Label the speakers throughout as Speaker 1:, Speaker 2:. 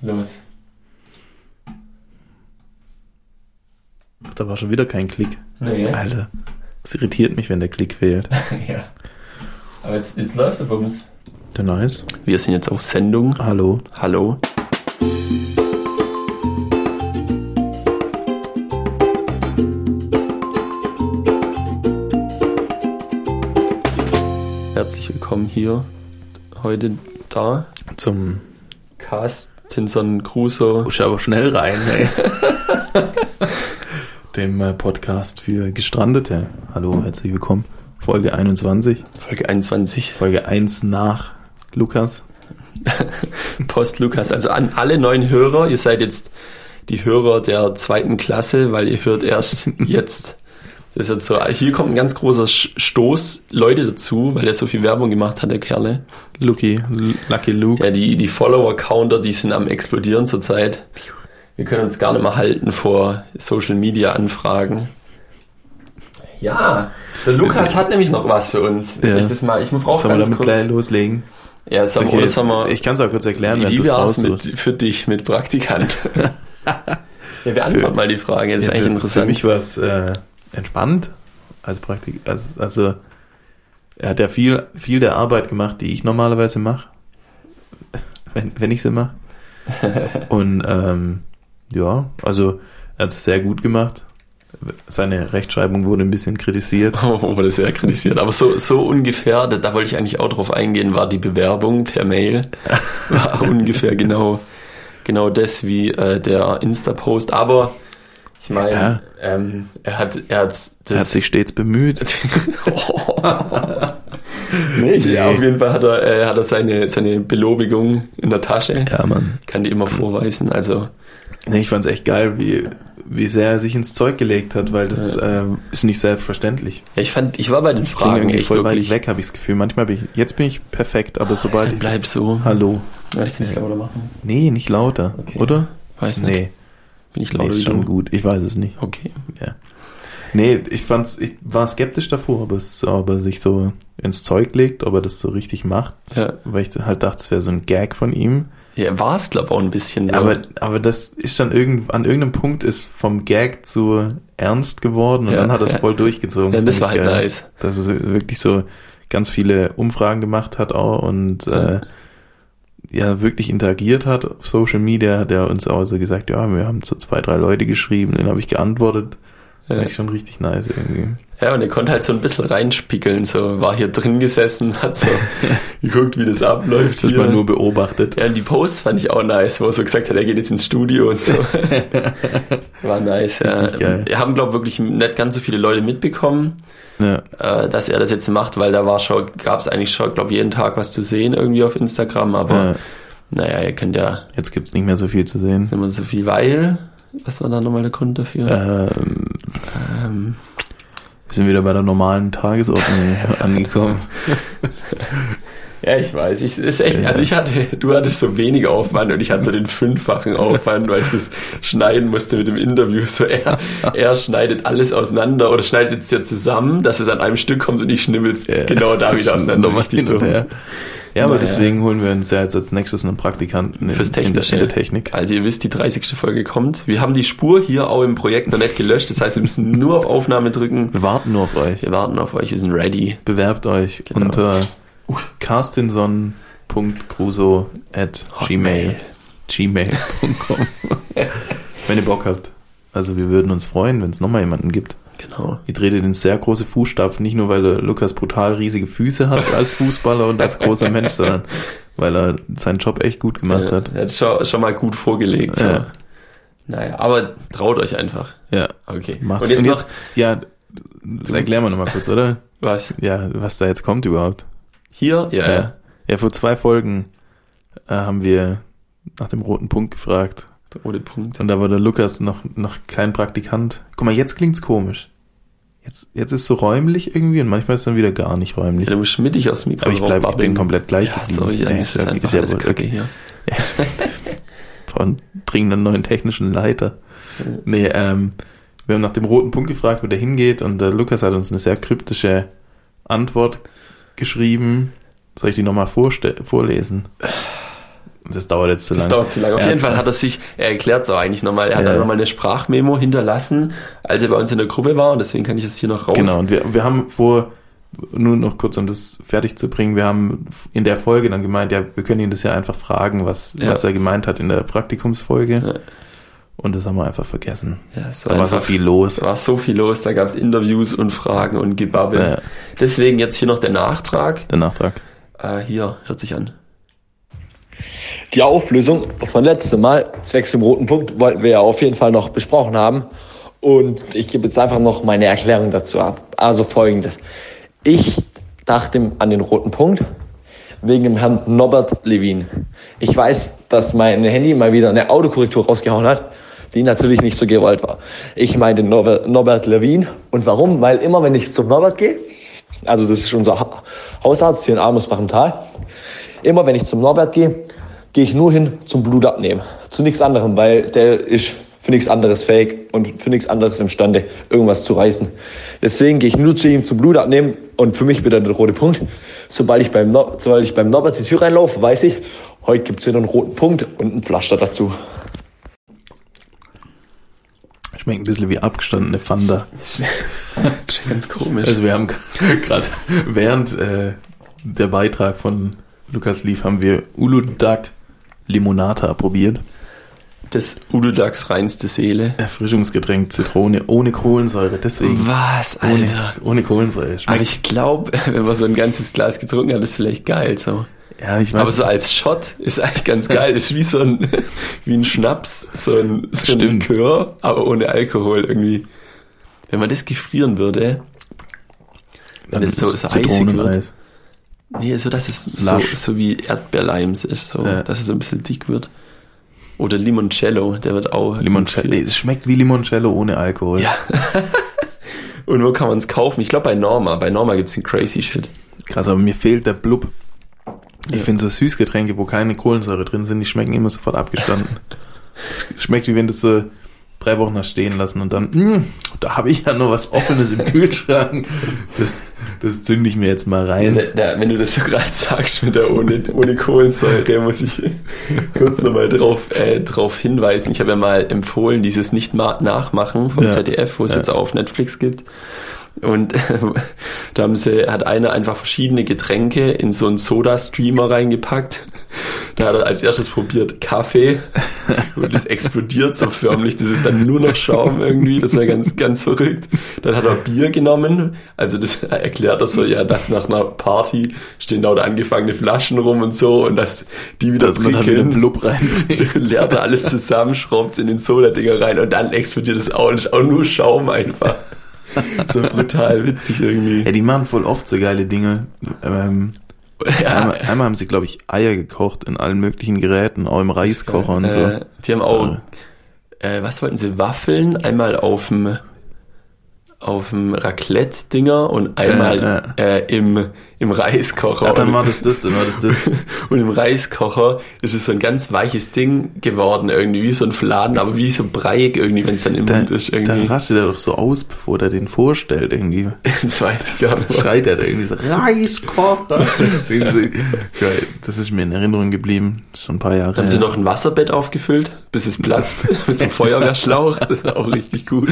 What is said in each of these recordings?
Speaker 1: Los.
Speaker 2: Ach, da war schon wieder kein Klick.
Speaker 3: Hm.
Speaker 1: Nee.
Speaker 3: Ah,
Speaker 2: Alter, es irritiert mich, wenn der Klick fehlt.
Speaker 1: ja. Aber jetzt, jetzt läuft der Bums.
Speaker 2: Der Nice.
Speaker 3: Wir sind jetzt auf Sendung.
Speaker 2: Hallo.
Speaker 3: Hallo. Herzlich willkommen hier heute da.
Speaker 2: Zum.
Speaker 3: Cast Tinson Crusoe.
Speaker 2: Husch aber schnell rein, ey. Dem äh, Podcast für Gestrandete. Hallo, herzlich willkommen. Folge 21.
Speaker 3: Folge 21.
Speaker 2: Folge 1 nach Lukas.
Speaker 3: Post Lukas. Also an alle neuen Hörer. Ihr seid jetzt die Hörer der zweiten Klasse, weil ihr hört erst jetzt. Das ist jetzt so, hier kommt ein ganz großer Sch- Stoß Leute dazu, weil er so viel Werbung gemacht hat, der Kerle.
Speaker 2: Lucky. L- Lucky Luke.
Speaker 3: Ja, die, die Follower-Counter, die sind am explodieren zurzeit. Wir können uns gar nicht mehr halten vor Social-Media-Anfragen. Ja, der Lukas hat nämlich noch was für uns.
Speaker 2: Ja.
Speaker 3: Soll ich das mal? Ich brauche
Speaker 2: Sollen wir
Speaker 3: ganz
Speaker 2: damit
Speaker 3: kurz.
Speaker 2: gleich loslegen?
Speaker 3: Ja, sag mal,
Speaker 2: Okay,
Speaker 3: das haben wir.
Speaker 2: ich kann es auch kurz erklären, wenn
Speaker 3: wie
Speaker 2: du es
Speaker 3: wär's
Speaker 2: raussuchst.
Speaker 3: mit für dich mit Praktikant? ja, wir antworten mal die Frage. Das ist
Speaker 2: Ja,
Speaker 3: eigentlich
Speaker 2: für,
Speaker 3: interessant.
Speaker 2: Für mich war es äh, entspannt als Praktik. Als, also er hat ja viel, viel der Arbeit gemacht, die ich normalerweise mache, wenn, wenn ich sie mache. Und ähm, ja, also er hat es sehr gut gemacht. Seine Rechtschreibung wurde ein bisschen kritisiert.
Speaker 3: Oh, wurde sehr kritisiert. Aber so, so ungefähr, da, da wollte ich eigentlich auch drauf eingehen, war die Bewerbung per Mail. War ungefähr genau, genau das wie äh, der Insta-Post. Aber ich meine,
Speaker 2: Ja.
Speaker 3: ähm, er hat, er hat
Speaker 2: Er hat sich stets bemüht.
Speaker 3: nee, ich-
Speaker 2: Nee.
Speaker 3: Auf jeden Fall hat er, äh, hat er seine, seine Belobigung in der Tasche.
Speaker 2: Ja, Mann.
Speaker 3: Kann die immer vorweisen. Also,
Speaker 2: Nee, ich fand's echt geil, wie, wie sehr er sich ins Zeug gelegt hat, weil das ähm, ist nicht selbstverständlich.
Speaker 3: ja, ich fand, ich war bei den
Speaker 2: Klingt
Speaker 3: Fragen
Speaker 2: irgendwie
Speaker 3: echt
Speaker 2: voll
Speaker 3: wirklich.
Speaker 2: weit weg, habe ich das Gefühl. Manchmal bin ich, jetzt bin ich perfekt, aber sobald
Speaker 3: Dann
Speaker 2: ich...
Speaker 3: bleib so.
Speaker 2: Hallo.
Speaker 3: Ja, ich kann nicht lauter machen.
Speaker 2: Nee, nicht lauter,
Speaker 3: Okay.
Speaker 2: oder?
Speaker 3: Weiß nicht.
Speaker 2: Nee,
Speaker 3: Bin ich
Speaker 2: nee
Speaker 3: lauter
Speaker 2: ist
Speaker 3: wie
Speaker 2: schon
Speaker 3: du?
Speaker 2: gut. Ich weiß es nicht.
Speaker 3: Okay.
Speaker 2: Ja. Nee, ich fand's, ich war skeptisch davor, ob es, ob er sich so ins Zeug legt, ob er das so richtig macht,
Speaker 3: Ja.
Speaker 2: weil ich halt dachte, es wäre so ein Gag von ihm.
Speaker 3: Ja, war es, glaube ich, auch ein bisschen. so.
Speaker 2: Aber, aber das ist dann irgend, an irgendeinem Punkt ist vom Gag zu ernst geworden und
Speaker 3: Ja,
Speaker 2: dann hat er es
Speaker 3: ja.
Speaker 2: voll durchgezogen.
Speaker 3: ja, das
Speaker 2: Find
Speaker 3: war
Speaker 2: ich
Speaker 3: halt
Speaker 2: geil.
Speaker 3: nice.
Speaker 2: dass es wirklich so ganz viele Umfragen gemacht hat auch und äh, ja wirklich interagiert hat auf Social Media, hat er uns auch so gesagt, ja, wir haben so zwei, drei Leute geschrieben, denen habe ich geantwortet.
Speaker 3: Ja.
Speaker 2: Das Fand ich schon richtig nice irgendwie.
Speaker 3: Ja, und er konnte halt so ein bisschen reinspickeln, so war hier drin gesessen, hat so geguckt, wie das abläuft.
Speaker 2: Das
Speaker 3: hier.
Speaker 2: man nur beobachtet.
Speaker 3: ja, und die Posts fand ich auch nice, wo er so gesagt hat, er geht jetzt ins Studio und so. War nice, ja.
Speaker 2: Richtig geil.
Speaker 3: Wir haben, glaube ich, wirklich nicht ganz so viele Leute mitbekommen,
Speaker 2: Ja,
Speaker 3: äh, dass er das jetzt macht, weil da war schon, gab es eigentlich schon, glaube ich, jeden Tag was zu sehen irgendwie auf Instagram, aber
Speaker 2: äh,
Speaker 3: naja, ihr könnt ja
Speaker 2: jetzt gibt's nicht mehr so viel zu sehen.
Speaker 3: nicht immer so viel, weil, was war da nochmal der Grund dafür?
Speaker 2: Ähm,
Speaker 3: Ähm,
Speaker 2: wir sind wieder bei der normalen Tagesordnung angekommen.
Speaker 3: Ja, ich weiß. Ich, ist echt,
Speaker 2: Ja.
Speaker 3: Also ich hatte, du hattest so wenig Aufwand und ich hatte so den fünffachen Aufwand, weil ich das schneiden musste mit dem Interview. So er, er schneidet alles auseinander oder schneidet es ja zusammen, dass es an einem Stück kommt und ich schnibbel's genau da wieder auseinander. Richtig so.
Speaker 2: Ja, ja aber
Speaker 3: Naja.
Speaker 2: deswegen holen wir uns ja jetzt als nächstes einen Praktikanten in,
Speaker 3: Fürs
Speaker 2: in, der-
Speaker 3: Technische.
Speaker 2: in der Technik.
Speaker 3: Also ihr wisst, die 30. Folge kommt. Wir haben die Spur hier auch im Projekt noch nicht gelöscht. Das heißt, wir müssen nur auf Aufnahme drücken.
Speaker 2: Wir warten nur auf euch.
Speaker 3: Wir warten auf euch, wir sind ready.
Speaker 2: Bewerbt euch
Speaker 3: Genau.
Speaker 2: unter Uh. carstinson.cruso at gmail. gmail.com. wenn ihr Bock habt. Also wir würden uns freuen, wenn es nochmal jemanden gibt.
Speaker 3: Genau.
Speaker 2: Ihr tretet in sehr große Fußstapfen, nicht nur weil der Lukas brutal riesige Füße hat als Fußballer und als großer Mensch, sondern weil er seinen Job echt gut gemacht
Speaker 3: Ja,
Speaker 2: hat.
Speaker 3: er hat schon, schon mal gut vorgelegt. So.
Speaker 2: Ja.
Speaker 3: Naja, aber traut euch einfach.
Speaker 2: Ja,
Speaker 3: Okay.
Speaker 2: macht's.
Speaker 3: Und jetzt noch,
Speaker 2: ja, das erklären wir nochmal kurz, oder?
Speaker 3: was?
Speaker 2: Ja, was da jetzt kommt überhaupt.
Speaker 3: Hier? Ja,
Speaker 2: Ja.
Speaker 3: ja.
Speaker 2: ja, vor zwei Folgen äh, haben wir nach dem roten Punkt gefragt.
Speaker 3: Ohne Punkt.
Speaker 2: Und da war der Lukas noch, noch kein Praktikant. Guck mal, jetzt klingt's komisch. Jetzt, jetzt ist so räumlich irgendwie und manchmal ist dann wieder gar nicht räumlich.
Speaker 3: Ja, du musst mittig aufs Mikro
Speaker 2: Aber ich bleib, ich bin
Speaker 3: raufbabbeln.
Speaker 2: komplett gleich.
Speaker 3: Ja,
Speaker 2: geblieben.
Speaker 3: sorry, dann
Speaker 2: Nee,
Speaker 3: ist das
Speaker 2: ja-
Speaker 3: einfach
Speaker 2: ja
Speaker 3: alles
Speaker 2: wohl-
Speaker 3: kacke hier.
Speaker 2: von dringenden neuen technischen Leiter. Nee, ähm, wir haben nach dem roten Punkt gefragt, wo der hingeht und der Lukas hat uns eine sehr kryptische Antwort geschrieben. Soll ich die nochmal vorste- vorlesen? Das dauert jetzt zu
Speaker 3: Das
Speaker 2: lange.
Speaker 3: dauert zu lange. Auf
Speaker 2: Ja.
Speaker 3: jeden Fall hat er sich, er erklärt es auch eigentlich nochmal, er hat
Speaker 2: Ja.
Speaker 3: dann nochmal eine Sprachmemo hinterlassen, als er bei uns in der Gruppe war und deswegen kann ich es hier noch raus.
Speaker 2: Genau, und wir, wir haben vor, nur noch kurz, um das fertig zu bringen, wir haben in der Folge dann gemeint, ja, wir können ihn das ja einfach fragen, was,
Speaker 3: Ja.
Speaker 2: was er gemeint hat in der Praktikumsfolge.
Speaker 3: Ja.
Speaker 2: Und das haben wir einfach vergessen.
Speaker 3: Ja, es
Speaker 2: Da war so
Speaker 3: einfach-
Speaker 2: viel los.
Speaker 3: Es war so viel los, da gab es Interviews und Fragen und Gebabbel.
Speaker 2: Ja,
Speaker 3: Deswegen jetzt hier noch der Nachtrag.
Speaker 2: der Nachtrag.
Speaker 3: Äh, hier, hört sich an.
Speaker 4: Die Auflösung von letztem Mal, zwecks dem roten Punkt, wollten wir ja auf jeden Fall noch besprochen haben. Und ich gebe jetzt einfach noch meine Erklärung dazu ab. Also folgendes. Ich dachte an den roten Punkt wegen dem Herrn Norbert Levin. Ich weiß, dass mein Handy mal wieder eine Autokorrektur rausgehauen hat, die natürlich nicht so gewollt war. Ich meine Norbert, Norbert Levin. Und warum? Weil immer, wenn ich zum Norbert gehe, also das ist unser Ha- Hausarzt hier in Armusbach im Tal, Immer wenn ich zum Norbert gehe, gehe ich nur hin zum Blut abnehmen. Zu nichts anderem, weil der ist für nichts anderes fähig und für nichts anderes imstande, irgendwas zu reißen. Deswegen gehe ich nur zu ihm zum Blut abnehmen und für mich wieder der rote Punkt. Sobald ich beim, no sobald ich beim Norbert die Tür reinlaufe, weiß ich, heute gibt's wieder einen roten Punkt und einen Pflaster dazu.
Speaker 2: Schmeckt ein bisschen wie abgestandene Fanda.
Speaker 3: Ganz komisch.
Speaker 2: Also wir haben gerade während äh, der Beitrag von Lukas lief, haben wir Uludag Limonata probiert.
Speaker 3: das Udodax reinste Seele.
Speaker 2: Erfrischungsgetränk Zitrone ohne Kohlensäure. Deswegen
Speaker 3: Was,
Speaker 2: ohne, ohne Kohlensäure.
Speaker 3: Aber ich glaube, wenn man so ein ganzes Glas getrunken hat, ist vielleicht geil. So.
Speaker 2: ja, ich
Speaker 3: Aber so als Shot ist eigentlich ganz geil. Ist wie so ein, wie ein Schnaps, so ein, so ein
Speaker 2: Stimmt.
Speaker 3: Likör, aber ohne Alkohol irgendwie. Wenn man das gefrieren würde,
Speaker 2: dann
Speaker 3: wenn es so- so eisig
Speaker 2: Zitroneneis.
Speaker 3: nee, so dass es so,
Speaker 2: Slush.
Speaker 3: so wie Erdbeerlimes ist, so,
Speaker 2: Ja.
Speaker 3: dass es ein bisschen dick wird. Oder Limoncello, der wird auch.
Speaker 2: Limoncello. Nee, es schmeckt wie Limoncello ohne Alkohol.
Speaker 3: Ja. Und wo kann man es kaufen? Ich glaube bei Norma. Bei Norma gibt's den Crazy Shit.
Speaker 2: Krass, aber mir fehlt der Blub. Ich
Speaker 3: Ja.
Speaker 2: finde so Süßgetränke, wo keine Kohlensäure drin sind, die schmecken immer sofort abgestanden. es schmeckt wie wenn du es so drei Wochen hast stehen lassen und dann, "Mm, da habe ich ja noch was Offenes im Kühlschrank. Das, das zünde ich mir jetzt mal rein.
Speaker 3: Da, da, wenn du das so gerade sagst mit der ohne, ohne Kohlensäure, muss ich kurz nochmal drauf, äh, drauf hinweisen. Ich habe ja mal empfohlen, dieses Nicht-Nachmachen vom
Speaker 2: Ja.
Speaker 3: ZDF, wo es
Speaker 2: Ja.
Speaker 3: jetzt auf Netflix gibt. Und da haben sie, hat einer einfach verschiedene Getränke in so einen Soda-Streamer reingepackt. Da hat er als erstes probiert Kaffee und es explodiert so förmlich. Das ist dann nur noch Schaum irgendwie. Das war ganz, ganz verrückt. Dann hat er Bier genommen. Also das erklärt er so, ja, dass nach einer Party stehen da angefangene Flaschen rum und so und dass die wieder
Speaker 2: Dass man dann wieder
Speaker 3: prickeln.
Speaker 2: Blub reinbringt.
Speaker 3: Leert er alles zusammen, schraubt in den Soda-Dinger rein und dann explodiert es auch. Und ist auch nur Schaum einfach. So brutal witzig irgendwie.
Speaker 2: Ja, die machen voll oft so geile Dinge. Ähm, einmal, einmal haben sie, glaube ich, Eier gekocht in allen möglichen Geräten, auch im Reiskocher und so.
Speaker 3: Äh, die haben auch,
Speaker 2: So.
Speaker 3: äh, was wollten sie, Waffeln einmal auf dem auf dem Raclette-Dinger und einmal Äh, im, im Reiskocher.
Speaker 2: Ach, dann
Speaker 3: Und-
Speaker 2: war das das, dann war das das.
Speaker 3: und im Reiskocher ist es so ein ganz weiches Ding geworden, irgendwie, wie so ein Fladen, aber wie so breiig irgendwie, wenn es dann im
Speaker 2: Da,
Speaker 3: Mund ist.
Speaker 2: da
Speaker 3: Irgendwie.
Speaker 2: rastet er doch so aus, bevor der den vorstellt irgendwie.
Speaker 3: Das weiß ich gar nicht.
Speaker 2: Schreit er da irgendwie so, Reiskocher.
Speaker 3: eh
Speaker 2: Diese- Geil, das ist mir in Erinnerung geblieben, schon ein paar Jahre.
Speaker 3: Haben sie
Speaker 2: her.
Speaker 3: noch ein Wasserbett aufgefüllt, bis es platzt, mit so einem Feuerwehrschlauch. Das ist auch richtig gut.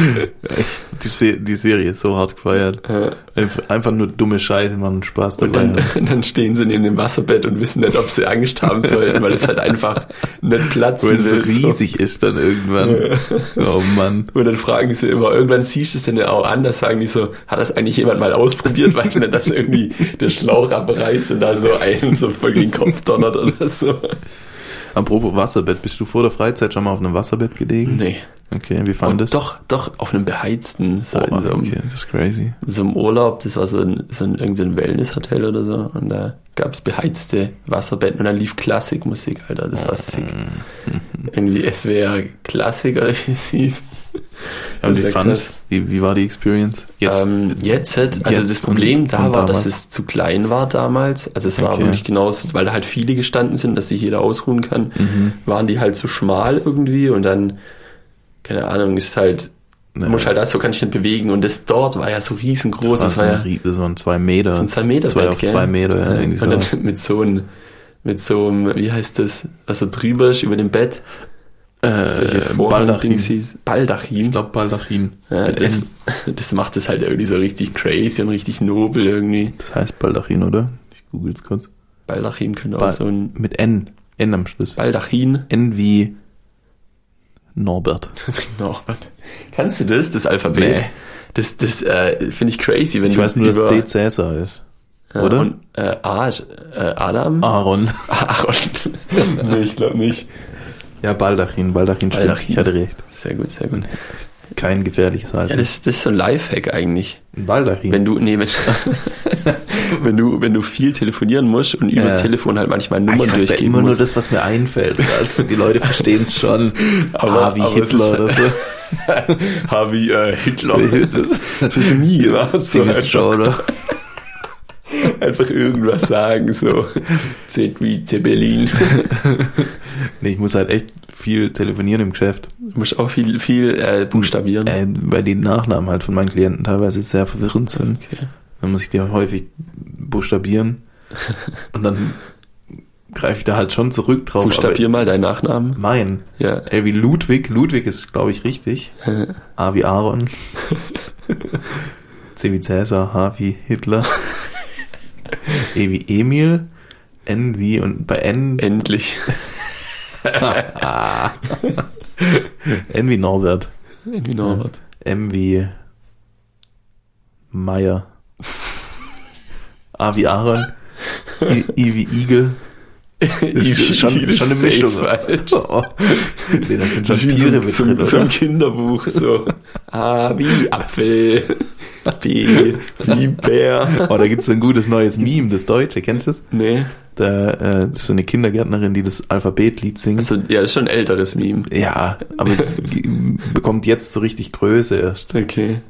Speaker 2: die, Se die Serie ist so hart gefeiert.
Speaker 3: Äh,
Speaker 2: Einf- Einfach nur dumme Scheiße machen Spaß dabei.
Speaker 3: Und dann,
Speaker 2: haben.
Speaker 3: dann stehen sie neben dem Wasserbett und wissen nicht, ob sie Angst haben sollen, weil es halt einfach nicht platzen
Speaker 2: Wenn es so
Speaker 3: will. so.
Speaker 2: riesig ist dann irgendwann. Oh Mann.
Speaker 3: Und dann fragen sie immer, irgendwann siehst du es denn auch an, da sagen die so, hat das eigentlich jemand mal ausprobiert, weil dann das irgendwie der Schlauch abreißt und da so einen so voll gegen den Kopf donnert oder so.
Speaker 2: Apropos Wasserbett, bist du vor der Freizeit schon mal auf einem Wasserbett gelegen?
Speaker 3: Nee.
Speaker 2: Okay, wie
Speaker 3: Und
Speaker 2: fandest du?
Speaker 3: doch, oh, ähm, doch, auf einem beheizten, so, in, so einem,
Speaker 2: Okay, das ist crazy.
Speaker 3: in so einem Urlaub, das war so ein, so ein, irgend so ein Wellness-Hotel oder so, und da gab's beheizte Wasserbetten und dann lief Klassikmusik, Alter, das
Speaker 2: Mhm.
Speaker 3: war sick. Irgendwie SWR Klassik oder wie es hieß.
Speaker 2: Und wie
Speaker 3: ist ja
Speaker 2: fandest
Speaker 3: krass.
Speaker 2: wie, wie war die Experience? Jetzt.
Speaker 3: ähm, jetzt hat, also
Speaker 2: jetzt
Speaker 3: das Problem
Speaker 2: und-
Speaker 3: da
Speaker 2: und
Speaker 3: war, dass
Speaker 2: damals.
Speaker 3: es zu klein war damals. Also es war
Speaker 2: Okay.
Speaker 3: wirklich genauso, weil da halt viele gestanden sind, dass sich jeder ausruhen kann,
Speaker 2: Mhm.
Speaker 3: waren die halt so schmal irgendwie und dann, keine Ahnung, ist halt,
Speaker 2: Nee.
Speaker 3: muss halt das, so kann ich nicht bewegen. Und das dort war ja so riesengroß,
Speaker 2: das,
Speaker 3: das
Speaker 2: war
Speaker 3: war
Speaker 2: so
Speaker 3: ja
Speaker 2: ein Rie- das waren zwei Meter.
Speaker 3: so ein zwei Meter
Speaker 2: Zwei auf zwei Meter, ja, irgendwie
Speaker 3: Und dann
Speaker 2: so.
Speaker 3: mit so einem mit so einem, wie heißt das, was da drüber ist, über dem Bett.
Speaker 2: Äh, Baldachin.
Speaker 3: Hieß. Baldachin.
Speaker 2: Ich glaube Baldachin.
Speaker 3: ja,
Speaker 2: Mit
Speaker 3: das,
Speaker 2: M.
Speaker 3: das macht es halt irgendwie so richtig crazy und richtig nobel irgendwie.
Speaker 2: das heißt Baldachin, oder? Ich google es kurz.
Speaker 3: Baldachin könnte auch
Speaker 2: Bal-
Speaker 3: so ein
Speaker 2: Mit N. N am Schluss.
Speaker 3: Baldachin.
Speaker 2: N wie Norbert.
Speaker 3: Norbert. Kannst du das, das Alphabet?
Speaker 2: Genau, Nee.
Speaker 3: Das, das äh, finde ich crazy, wenn
Speaker 2: Ich
Speaker 3: du
Speaker 2: weiß nur, dass
Speaker 3: über-
Speaker 2: C Cäsar ist.
Speaker 3: Ja,
Speaker 2: oder? Ah.
Speaker 3: Und, äh, A, ist, äh, Adam?
Speaker 2: Aaron.
Speaker 3: Aaron. nee, ich glaube nicht.
Speaker 2: Ja, Baldachin, Baldachin stimmt.
Speaker 3: Baldachin.
Speaker 2: Ich hatte recht.
Speaker 3: Sehr gut, sehr gut.
Speaker 2: Kein gefährliches Alter.
Speaker 3: Ja, das, das ist so ein Lifehack eigentlich.
Speaker 2: Baldachin. Ah,
Speaker 3: Wenn du, nee, wenn, wenn du, wenn du viel telefonieren musst und übers
Speaker 2: Ja.
Speaker 3: Telefon halt manchmal
Speaker 2: Ah,
Speaker 3: Nummern
Speaker 2: sag da
Speaker 3: durchgehen
Speaker 2: immer nur
Speaker 3: musst.
Speaker 2: das, was mir einfällt. Also die Leute verstehen es schon.
Speaker 3: Aber-
Speaker 2: ah, wie
Speaker 3: aber es
Speaker 2: Hitler oder
Speaker 3: ist-
Speaker 2: so.
Speaker 3: Harvey äh, Hitler.
Speaker 2: Das
Speaker 3: Das ist nie gemacht. So
Speaker 2: Die wisst
Speaker 3: einfach,
Speaker 2: schon, oder?
Speaker 3: einfach irgendwas sagen, so. Seht wie zu Berlin.
Speaker 2: Nee, ich muss halt echt viel telefonieren im Geschäft,
Speaker 3: Du musst auch viel, viel äh, buchstabieren.
Speaker 2: äh, weil die Nachnamen halt von meinen Klienten teilweise sehr verwirrend sind.
Speaker 3: Okay.
Speaker 2: Dann muss ich die häufig buchstabieren und dann greife ich da halt schon zurück drauf.
Speaker 3: Buchstabier mal deinen Nachnamen.
Speaker 2: Aber mein.
Speaker 3: Ja.
Speaker 2: L wie Ludwig. Ludwig ist, glaube ich, richtig. A wie Aaron. C wie Cäsar. H wie Hitler. E wie Emil. N wie und bei N
Speaker 3: Endlich.
Speaker 2: N wie Norbert.
Speaker 3: Irgendwie Norbert.
Speaker 2: M wie Meier. A wie Aaron. I, I wie Igel. Das ist schon, schon eine Mischung. Oh. Nee, das sind schon
Speaker 3: Das ist wie zum,
Speaker 2: Tiere mit
Speaker 3: zum,
Speaker 2: drin, oder?
Speaker 3: zum Kinderbuch so. A Ah, wie Apfel, B wie Bär.
Speaker 2: Oh, da gibt's so ein gutes neues Meme, das Deutsche, kennst du das?
Speaker 3: Nee,
Speaker 2: Da äh, das ist so eine Kindergärtnerin, die das Alphabetlied singt.
Speaker 3: also ja, ist schon ein älteres Meme.
Speaker 2: ja, aber es g- bekommt jetzt so richtig Größe erst.
Speaker 3: Okay.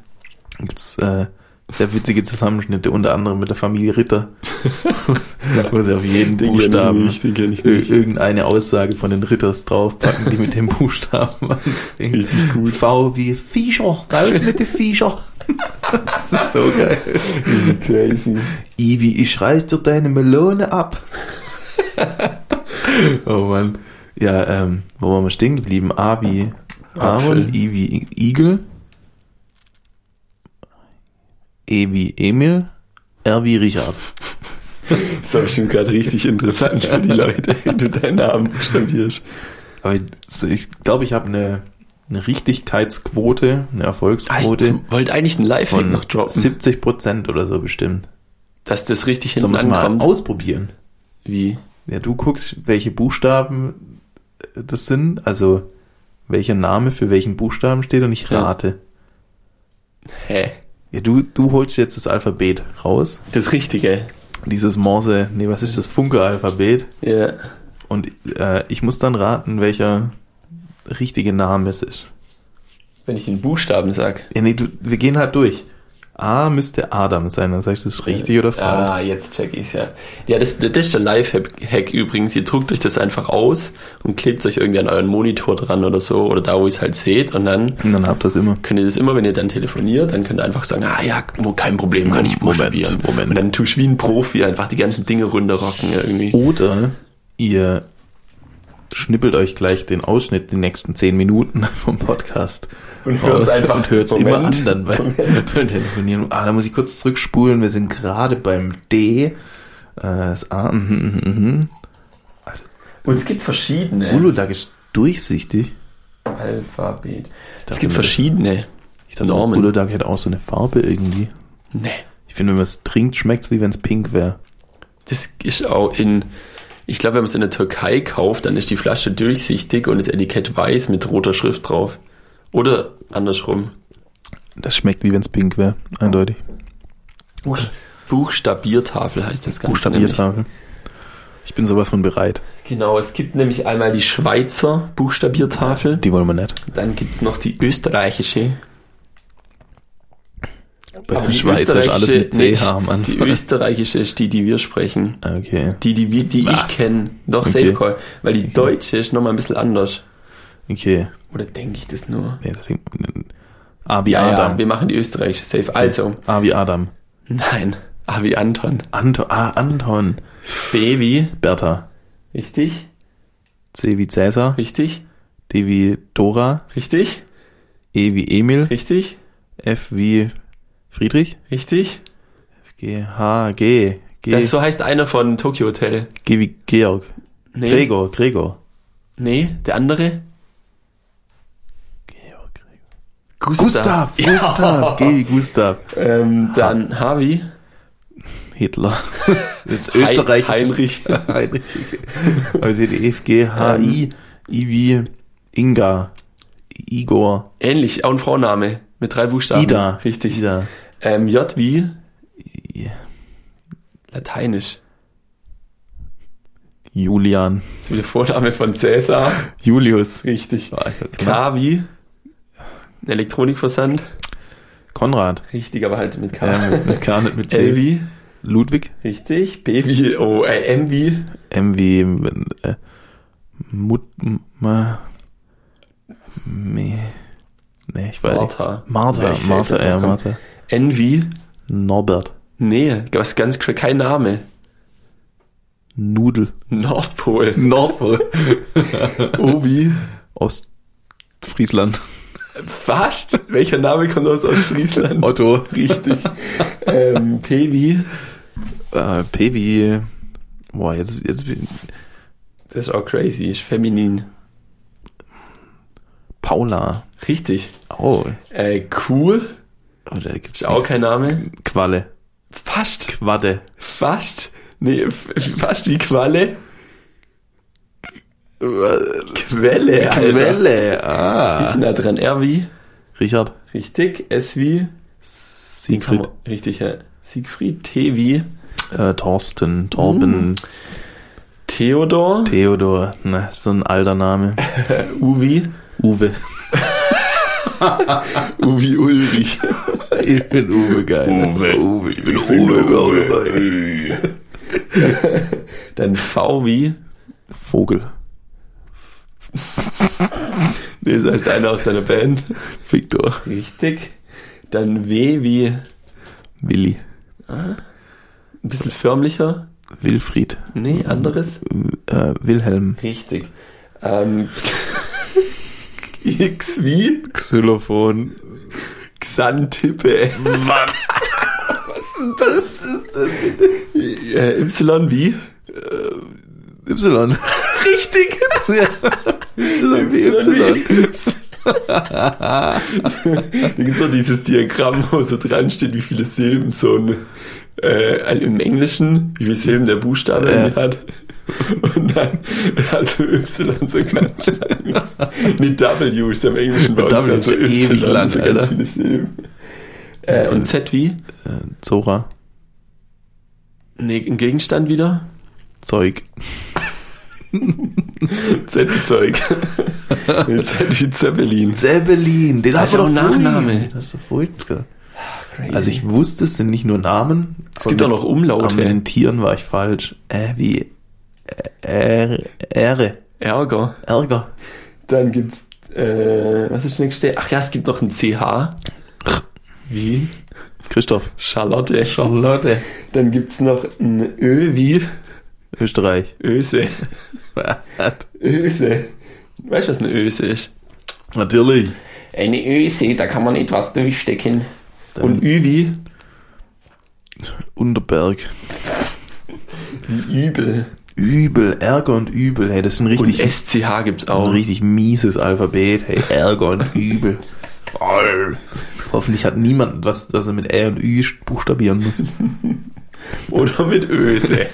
Speaker 2: Da gibt's äh, sehr witzige Zusammenschnitte, unter anderem mit der Familie Ritter, wo sie auf jeden
Speaker 3: Den kenne ich
Speaker 2: Buchstaben
Speaker 3: nicht, den kenne ich
Speaker 2: ir-
Speaker 3: nicht.
Speaker 2: irgendeine Aussage von den Ritters draufpacken, die mit dem Buchstaben anfängt.
Speaker 3: Richtig gut.
Speaker 2: V wie Viecher, raus mit den Viecher. Das ist so geil.
Speaker 3: Crazy.
Speaker 2: Ivi, ich reiß dir deine Melone ab. oh Mann. Ja, ähm, wo waren wir stehen geblieben? A wie Aaron,
Speaker 3: Apfel.
Speaker 2: I wie Igel, E wie Emil, R wie Richard.
Speaker 3: Das ist aber schon gerade richtig interessant für die Leute, wenn du deinen Namen buchstabierst.
Speaker 2: Aber ich ich glaube, ich habe eine, eine Richtigkeitsquote, eine Erfolgsquote
Speaker 3: wollte Ah, eigentlich einen Lifehack
Speaker 2: von
Speaker 3: noch droppen.
Speaker 2: 70% oder so bestimmt.
Speaker 3: Dass das richtig
Speaker 2: Sollen
Speaker 3: hinten
Speaker 2: wir es mal
Speaker 3: ankommt.
Speaker 2: ausprobieren?
Speaker 3: Wie?
Speaker 2: Ja, du guckst, welche Buchstaben äh, das sind, also welcher Name für welchen Buchstaben steht und ich
Speaker 3: Ja.
Speaker 2: rate.
Speaker 3: Hä?
Speaker 2: Ja, du, du holst jetzt das Alphabet raus,
Speaker 3: Das Richtige.
Speaker 2: dieses Morse, nee, was ist das, Funke-Alphabet
Speaker 3: Ja.
Speaker 2: und äh, ich muss dann raten, welcher richtige Name es ist.
Speaker 3: Wenn ich den Buchstaben sag.
Speaker 2: Ja, nee, du, wir gehen halt durch. A müsste Adam sein, dann sagst du, ist richtig oder falsch.
Speaker 3: Ah, jetzt check ich's ja. Ja, das, das ist der Live-Hack übrigens. Ihr druckt euch das einfach aus und klebt euch irgendwie an euren Monitor dran oder so oder da, wo ihr es halt seht und dann
Speaker 2: Und dann habt ihr das immer.
Speaker 3: könnt ihr das immer, wenn ihr dann telefoniert, dann könnt ihr einfach sagen, ah ja, mo- kein Problem, kann ich buchstabieren.
Speaker 2: Moment.
Speaker 3: Und dann tust du wie ein Profi einfach die ganzen Dinge runterrocken irgendwie.
Speaker 2: Oder ihr schnippelt euch gleich den Ausschnitt die nächsten zehn Minuten vom Podcast
Speaker 3: Und hört's
Speaker 2: raus
Speaker 3: einfach.
Speaker 2: und hört's immer
Speaker 3: Moment.
Speaker 2: an dann beim, beim Telefonieren. Ah, da muss ich kurz zurückspulen. Wir sind gerade beim D. Äh, Das A. mhm, mhm, mhm.
Speaker 3: Und es gibt verschiedene
Speaker 2: Uludag ist durchsichtig.
Speaker 3: Alphabet. Es
Speaker 2: dachte
Speaker 3: gibt
Speaker 2: mir,
Speaker 3: verschiedene
Speaker 2: Ich dachte,
Speaker 3: Normen.
Speaker 2: Uludag hätte auch so eine Farbe irgendwie.
Speaker 3: Nee.
Speaker 2: Ich finde, wenn man es trinkt, schmeckt's wie wenn es pink wäre.
Speaker 3: Das ist auch in, ich glaube, wenn man es in der Türkei kauft, dann ist die Flasche durchsichtig und das Etikett weiß mit roter Schrift drauf. Oder andersrum.
Speaker 2: Das schmeckt wie wenn es pink wäre. Eindeutig.
Speaker 3: Buchstabiertafel heißt das Ganze. nämlich.
Speaker 2: Buchstabiert. Ich bin sowas von bereit.
Speaker 3: Genau, es gibt nämlich einmal die Schweizer Buchstabiertafel,
Speaker 2: Die wollen wir nicht.
Speaker 3: dann gibt es noch die österreichische. Aber
Speaker 2: Bei der
Speaker 3: die
Speaker 2: Schweiz ist alles mit
Speaker 3: österreichische-
Speaker 2: CH am
Speaker 3: Die
Speaker 2: Anfang.
Speaker 3: österreichische ist die, die wir sprechen.
Speaker 2: Ah, Okay.
Speaker 3: Die, die, wir, die ich
Speaker 2: Was?
Speaker 3: kenne. Doch,
Speaker 2: Okay.
Speaker 3: Safe Call. Weil die deutsche ist nochmal ein bisschen anders.
Speaker 2: Okay.
Speaker 3: Oder denke ich das nur?
Speaker 2: Nee, das klingt- A wie
Speaker 3: ja,
Speaker 2: Adam.
Speaker 3: wir machen die österreichische Safe. Also,
Speaker 2: A wie Adam.
Speaker 3: nein. Ah, wie Anton.
Speaker 2: Anton, ah, Anton.
Speaker 3: Baby.
Speaker 2: Bertha.
Speaker 3: Richtig,
Speaker 2: C wie Cäsar,
Speaker 3: richtig,
Speaker 2: D wie Dora,
Speaker 3: richtig,
Speaker 2: E wie Emil,
Speaker 3: richtig,
Speaker 2: F wie Friedrich,
Speaker 3: richtig.
Speaker 2: G, H, G, G,
Speaker 3: Das so heißt einer von Tokyo Hotel.
Speaker 2: G wie Georg,
Speaker 3: Nee.
Speaker 2: Gregor, Gregor.
Speaker 3: Nee, der andere?
Speaker 2: Georg, Gregor.
Speaker 3: Gustav.
Speaker 2: Gustav, Gustav, G wie Gustav.
Speaker 3: Ähm, dann Harvey.
Speaker 2: Hitler. Jetzt Österreich.
Speaker 3: Heinrich.
Speaker 2: Heinrich. Also die F, G, H,
Speaker 3: Ähm.
Speaker 2: I, I wie Inga, Igor,
Speaker 3: Ähnlich, auch ein Frauenname. Mit drei Buchstaben.
Speaker 2: Ida.
Speaker 3: Ähm, Richtig.
Speaker 2: Ida.
Speaker 3: Ähm, J wie
Speaker 2: I-
Speaker 3: Lateinisch.
Speaker 2: Julian.
Speaker 3: Das ist wieder Vorname von Cäsar.
Speaker 2: Julius.
Speaker 3: Richtig.
Speaker 2: Ah, ich hab's gemacht.
Speaker 3: K wie Elektronikversand.
Speaker 2: Konrad.
Speaker 3: Richtig, aber halt mit K.
Speaker 2: Ähm, mit K, nicht mit
Speaker 3: L
Speaker 2: C.
Speaker 3: wie
Speaker 2: Ludwig.
Speaker 3: Richtig. B wie, oh, äh, M wie
Speaker 2: M wie äh, Mut, ma, me, nee, ich weiß nicht.
Speaker 3: Martha. Wär
Speaker 2: Martha,
Speaker 3: ich
Speaker 2: Martha,
Speaker 3: selten
Speaker 2: ja,
Speaker 3: drauf
Speaker 2: Martha.
Speaker 3: N wie
Speaker 2: Norbert.
Speaker 3: Nee, was ganz cra- kein Name.
Speaker 2: Nudel.
Speaker 3: Nordpol.
Speaker 2: Nordpol.
Speaker 3: O wie
Speaker 2: Ostfriesland.
Speaker 3: Was? Welcher Name kommt aus Ostfriesland?
Speaker 2: Otto.
Speaker 3: Richtig. ähm, P wie
Speaker 2: Äh, P wie, boah, jetzt, jetzt wie,
Speaker 3: Das ist auch crazy, ist feminin.
Speaker 2: Paula.
Speaker 3: Richtig.
Speaker 2: Oh,
Speaker 3: Äh, cool.
Speaker 2: oh da gibt's
Speaker 3: Ist auch kein Name.
Speaker 2: Qualle.
Speaker 3: Fast.
Speaker 2: Quadde.
Speaker 3: Fast. Nee, f- fast wie Qualle. Quelle, Alter. Quelle.
Speaker 2: Äh, ah.
Speaker 3: Wir sind da dran. R wie?
Speaker 2: Richard.
Speaker 3: Richtig. S wie? Den kann
Speaker 2: Siegfried.
Speaker 3: man- Richtig, ja. Siegfried. T wie?
Speaker 2: Äh, Thorsten, Torben,
Speaker 3: Theodor.
Speaker 2: Theodor. Na, so ein alter Name.
Speaker 3: U wie?
Speaker 2: Uwe.
Speaker 3: U wie Ulrich.
Speaker 2: Ich bin Uwe geil. Uwe. Uwe. Ich bin Uwe.
Speaker 3: Dann V wie?
Speaker 2: Vogel.
Speaker 3: Nee, das heißt einer aus deiner Band.
Speaker 2: Victor.
Speaker 3: Richtig. Dann W wie? Ein
Speaker 2: Willi.
Speaker 3: bisschen förmlicher.
Speaker 2: Wilfried.
Speaker 3: Nee, anderes.
Speaker 2: Äh, Wilhelm.
Speaker 3: Richtig. Ähm, X wie
Speaker 2: Xylophon.
Speaker 3: Xantippe. Was? Was ist das? Äh, y wie?
Speaker 2: Y.
Speaker 3: Richtig.
Speaker 2: Y.
Speaker 3: Da gibt's doch dieses Diagramm, wo so dran steht, wie viele Silben so ein, äh, ein im Englischen, wie viele Silben der Buchstabe
Speaker 2: Ja.
Speaker 3: irgendwie hat. Und dann, also Y so ganz lang ist. Nee, W ist ja im Englischen bei uns.
Speaker 2: W ist
Speaker 3: also
Speaker 2: ja ewig lang,
Speaker 3: so
Speaker 2: Alter.
Speaker 3: ganz viele Silben. Äh, und Z wie?
Speaker 2: Äh, Zora.
Speaker 3: Nee, ein Gegenstand wieder?
Speaker 2: Zeug.
Speaker 3: Z wie Zeug. nee, Z wie Zeppelin.
Speaker 2: Zeppelin, den
Speaker 3: hast du doch vorhin- den
Speaker 2: Das vorhin Also ich wusste, es sind nicht nur Namen.
Speaker 3: es gibt auch noch
Speaker 2: Aber mit
Speaker 3: Umlaute.
Speaker 2: den Tieren war ich falsch. Äh, wie äh, Ehre.
Speaker 3: Ärger.
Speaker 2: Ärger.
Speaker 3: Dann gibt's, äh, was ist nächste? Ach ja, es gibt noch ein CH. Wie?
Speaker 2: Christoph.
Speaker 3: Charlotte.
Speaker 2: Charlotte.
Speaker 3: Dann gibt's noch ein Ö wie
Speaker 2: Österreich.
Speaker 3: Öse. Öse. Weißt du, was eine Öse ist?
Speaker 2: Natürlich.
Speaker 3: Eine Öse, da kann man etwas durchstecken.
Speaker 2: Dann-
Speaker 3: Und Ü wie?
Speaker 2: Unterberg.
Speaker 3: Wie übel.
Speaker 2: Übel. Ärger und übel. Hey, das ist ein
Speaker 3: Und
Speaker 2: richtig,
Speaker 3: SCH gibt's
Speaker 2: ein
Speaker 3: auch.
Speaker 2: richtig mieses Alphabet. Hey, Ärger und übel. Arr. Hoffentlich hat niemand was, was er mit Ä und Ü buchstabieren muss.
Speaker 3: Oder mit Öse.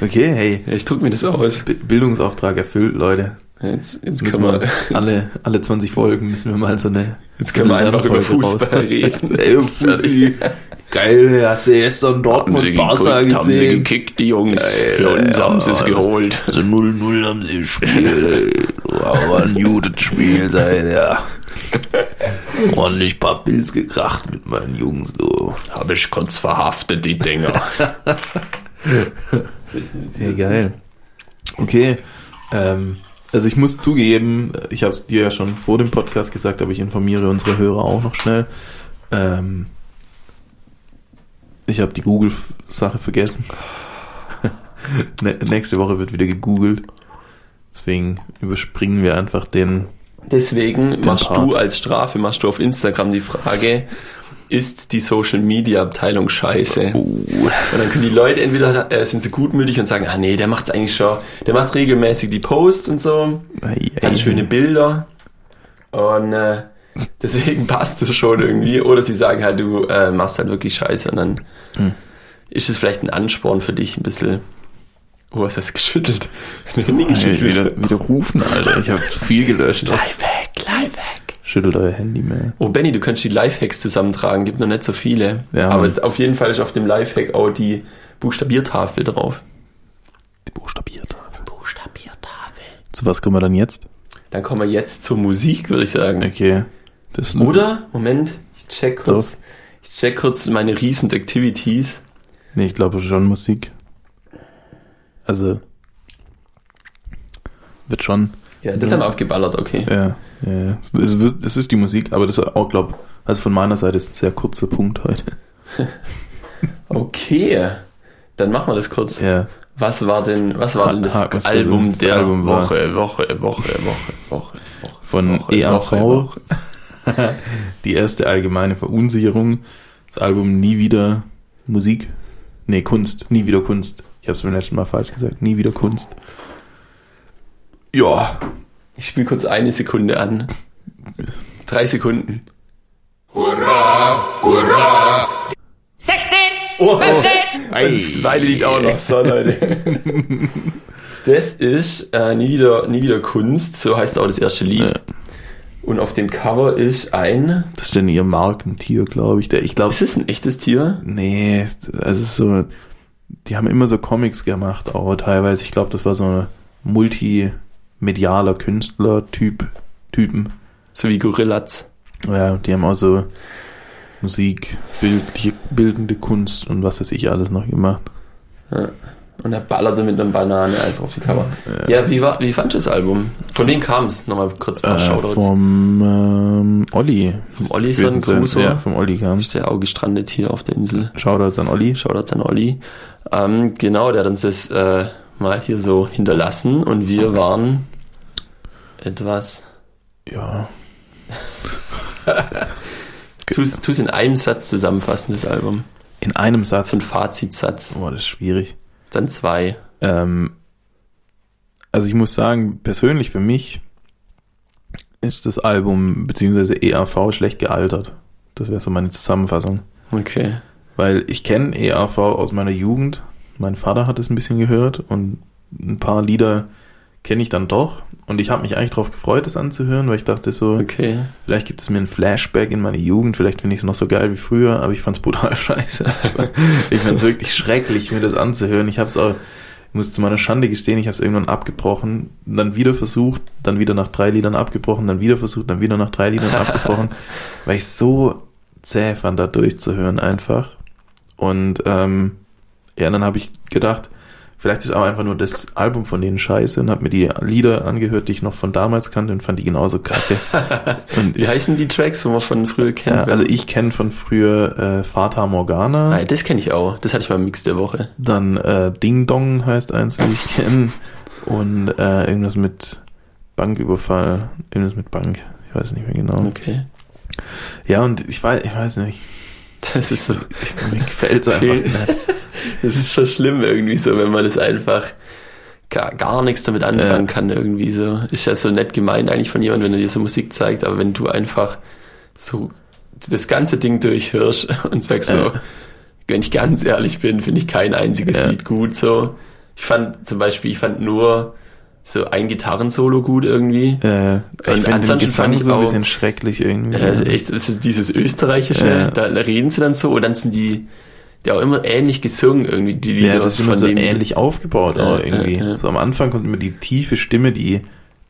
Speaker 2: Okay, hey.
Speaker 3: Ja, ich druck mir das aus.
Speaker 2: B Bildungsauftrag erfüllt, Leute.
Speaker 3: Jetzt, jetzt
Speaker 2: Müssen
Speaker 3: können wir,
Speaker 2: wir alle, alle 20 Folgen müssen wir mal so eine.
Speaker 3: jetzt können wir einfach über Fußball reden.
Speaker 2: Ey, Fußball. Geil, hast du gestern Dortmund Barca gesehen?
Speaker 3: gekickt, die Jungs.
Speaker 2: Für uns haben sie es
Speaker 3: geholt.
Speaker 2: Also 0-0 haben sie gespielt. Aber ein gutes Spiel sein, ja. Ordentlich paar Pilz gekracht mit meinen Jungs, du.
Speaker 3: Habe ich kurz verhaftet, die Dinger.
Speaker 2: Sehr geil. Okay. Ähm, also ich muss zugeben, ich habe es dir ja schon vor dem Podcast gesagt, aber ich informiere unsere Hörer auch noch schnell. Ähm, ich habe die Google-Sache vergessen. Ne nächste Woche wird wieder gegoogelt. Deswegen überspringen wir einfach den.
Speaker 3: Deswegen machst
Speaker 2: Part.
Speaker 3: du als Strafe, machst du auf Instagram die Frage, ist die Social Media Abteilung scheiße?
Speaker 2: Oh.
Speaker 3: Und dann können die Leute entweder äh, sind sie gutmütig und sagen, ah nee, der macht's eigentlich schon, der macht regelmäßig die Posts und so,
Speaker 2: Ei, ei.
Speaker 3: hat schöne Bilder und äh, deswegen passt es schon irgendwie. Oder sie sagen halt, du äh, machst halt wirklich scheiße und dann
Speaker 2: Hm.
Speaker 3: ist es vielleicht ein Ansporn für dich ein bisschen. Oh, was hast du geschüttelt? Ein Handy
Speaker 2: Ey,
Speaker 3: geschüttelt.
Speaker 2: wieder, wieder rufen, Alter. Ich habe zu viel gelöscht.
Speaker 3: Lifehack, Lifehack.
Speaker 2: Schüttelt euer Handy mehr.
Speaker 3: Oh, Benny, du kannst die Lifehacks zusammentragen. Gibt noch nicht so viele.
Speaker 2: Ja.
Speaker 3: Aber auf jeden Fall ist auf dem Lifehack auch die Buchstabiertafel drauf.
Speaker 2: Die Buchstabiertafel.
Speaker 3: Buchstabiertafel.
Speaker 2: Zu was kommen wir dann jetzt?
Speaker 3: Dann kommen wir jetzt zur Musik, würde ich sagen.
Speaker 2: Okay. Das
Speaker 3: Oder? Moment, ich check kurz. Ich check kurz meine Recent Activities.
Speaker 2: Nee, ich glaube schon Musik. Also. Wird schon.
Speaker 3: Ja, das haben wir abgeballert, okay.
Speaker 2: Mhm. Ja, ja, ja. Es, wird, es ist die Musik, aber das war auch, glaube also von meiner Seite ist ein sehr kurzer Punkt heute.
Speaker 3: Okay. Dann machen wir das kurz.
Speaker 2: Ja.
Speaker 3: Was war denn, was war denn das
Speaker 2: Ha- was
Speaker 3: Album
Speaker 2: das
Speaker 3: der
Speaker 2: Album war.
Speaker 3: Woche, Woche, Woche, Woche, Woche, Woche.
Speaker 2: Von E
Speaker 3: Woche,
Speaker 2: EAV.
Speaker 3: Woche, Woche.
Speaker 2: Die erste allgemeine Verunsicherung. Das Album Nie wieder Musik. Nee, Kunst. Nie wieder Kunst. Ich habe es beim letzten Mal falsch gesagt. Nie wieder Kunst. Ja.
Speaker 3: Ich spiele kurz eine Sekunde an. Drei Sekunden.
Speaker 5: 16,
Speaker 3: Oh.
Speaker 5: 15,
Speaker 3: Das zweite Lied auch noch. So, Leute. Das ist äh, nie, wieder, nie wieder Kunst, so heißt auch das erste Lied.
Speaker 2: Ja.
Speaker 3: Und auf dem Cover ist ein.
Speaker 2: Das ist denn ihr Markentier, glaube ich. Der, ich glaube,
Speaker 3: Ist es ein echtes Tier?
Speaker 2: Nee, also so, die haben immer so Comics gemacht, auch teilweise. Ich glaube, das war so ein multimedialer Künstler-Typ, Typen.
Speaker 3: So wie Gorillaz.
Speaker 2: Ja, die haben auch so Musik, bildliche, bildende Kunst und was weiß ich alles noch gemacht.
Speaker 3: Und er ballerte mit einer Banane einfach auf die Cover. Ja, wie, war, wie fandst du das Album? Von wem kam es? Nochmal kurz mal
Speaker 2: Äh,
Speaker 3: Ah, Shoutouts.
Speaker 2: vom ähm, Olli. Vom
Speaker 3: Olli Sonnengruß, oder?
Speaker 2: Ja, vom Olli kam.
Speaker 3: Ist der auch gestrandet hier auf der Insel?
Speaker 2: Shoutouts an Olli.
Speaker 3: Shoutouts an Olli. Ähm, genau, der hat uns das äh, mal hier so hinterlassen und wir waren etwas.
Speaker 2: Ja.
Speaker 3: Tu es in einem Satz zusammenfassen, das Album.
Speaker 2: In einem
Speaker 3: So
Speaker 2: Satz.
Speaker 3: ein Fazitsatz.
Speaker 2: Boah, das ist schwierig.
Speaker 3: Dann zwei.
Speaker 2: Ähm, also ich muss sagen, persönlich für mich ist das Album beziehungsweise EAV schlecht gealtert. Das wäre so meine Zusammenfassung.
Speaker 3: Okay.
Speaker 2: Weil ich kenne EAV aus meiner Jugend. Mein Vater hat es ein bisschen gehört und ein paar Lieder kenne ich dann doch. Und ich habe mich eigentlich darauf gefreut, das anzuhören, weil ich dachte so,
Speaker 3: Okay.
Speaker 2: vielleicht gibt es mir ein Flashback in meine Jugend, vielleicht finde ich es noch so geil wie früher, aber ich fand es brutal scheiße. ich fand es wirklich schrecklich, mir das anzuhören. Ich habe es auch, ich muss zu meiner Schande gestehen, ich habe es irgendwann abgebrochen, dann wieder versucht, dann wieder nach drei Liedern abgebrochen, dann wieder versucht, dann wieder nach drei Liedern abgebrochen, weil ich so zäh fand, da durchzuhören einfach. Und ähm, ja, dann habe ich gedacht, vielleicht ist auch einfach nur das Album von denen scheiße und habe mir die Lieder angehört, die ich noch von damals kannte und fand die genauso kacke. Und
Speaker 3: Wie heißen die Tracks, wo man von früher kennt?
Speaker 2: ja, also ich kenne von früher äh, Fata Morgana,
Speaker 3: Ah, das kenne ich auch. Das hatte ich beim Mix der Woche.
Speaker 2: dann äh, Ding Dong heißt eins, das ich kenne und äh, irgendwas mit Banküberfall, irgendwas mit Bank, ich weiß nicht mehr genau.
Speaker 3: Okay.
Speaker 2: Ja und ich weiß, ich weiß nicht,
Speaker 3: Das ist so.
Speaker 2: mir gefällt es einfach
Speaker 3: Fehl-
Speaker 2: nicht.
Speaker 3: Das ist schon schlimm irgendwie so, wenn man das einfach gar, gar nichts damit anfangen
Speaker 2: Ja.
Speaker 3: kann irgendwie so. Ist ja so nett gemeint eigentlich von jemandem, wenn er dir so Musik zeigt, aber wenn du einfach so das ganze Ding durchhörst und sagst so,
Speaker 2: Ja.
Speaker 3: wenn ich ganz ehrlich bin, finde ich kein einziges
Speaker 2: Ja.
Speaker 3: Lied gut so. Ich fand zum Beispiel, ich fand nur so ein Gitarrensolo gut irgendwie.
Speaker 2: Äh, ich finde den
Speaker 3: ansonsten
Speaker 2: Gesang
Speaker 3: fand ich
Speaker 2: so ein
Speaker 3: auch-
Speaker 2: bisschen schrecklich irgendwie.
Speaker 3: Ja, also echt, es ist dieses österreichische,
Speaker 2: Ja.
Speaker 3: da reden sie dann so und dann sind die, die auch immer ähnlich gesungen irgendwie, die Lieder
Speaker 2: ja, das ist immer so
Speaker 3: dem-
Speaker 2: ähnlich aufgebaut auch
Speaker 3: Ja,
Speaker 2: irgendwie.
Speaker 3: ja, ja.
Speaker 2: So am Anfang kommt immer die tiefe Stimme, die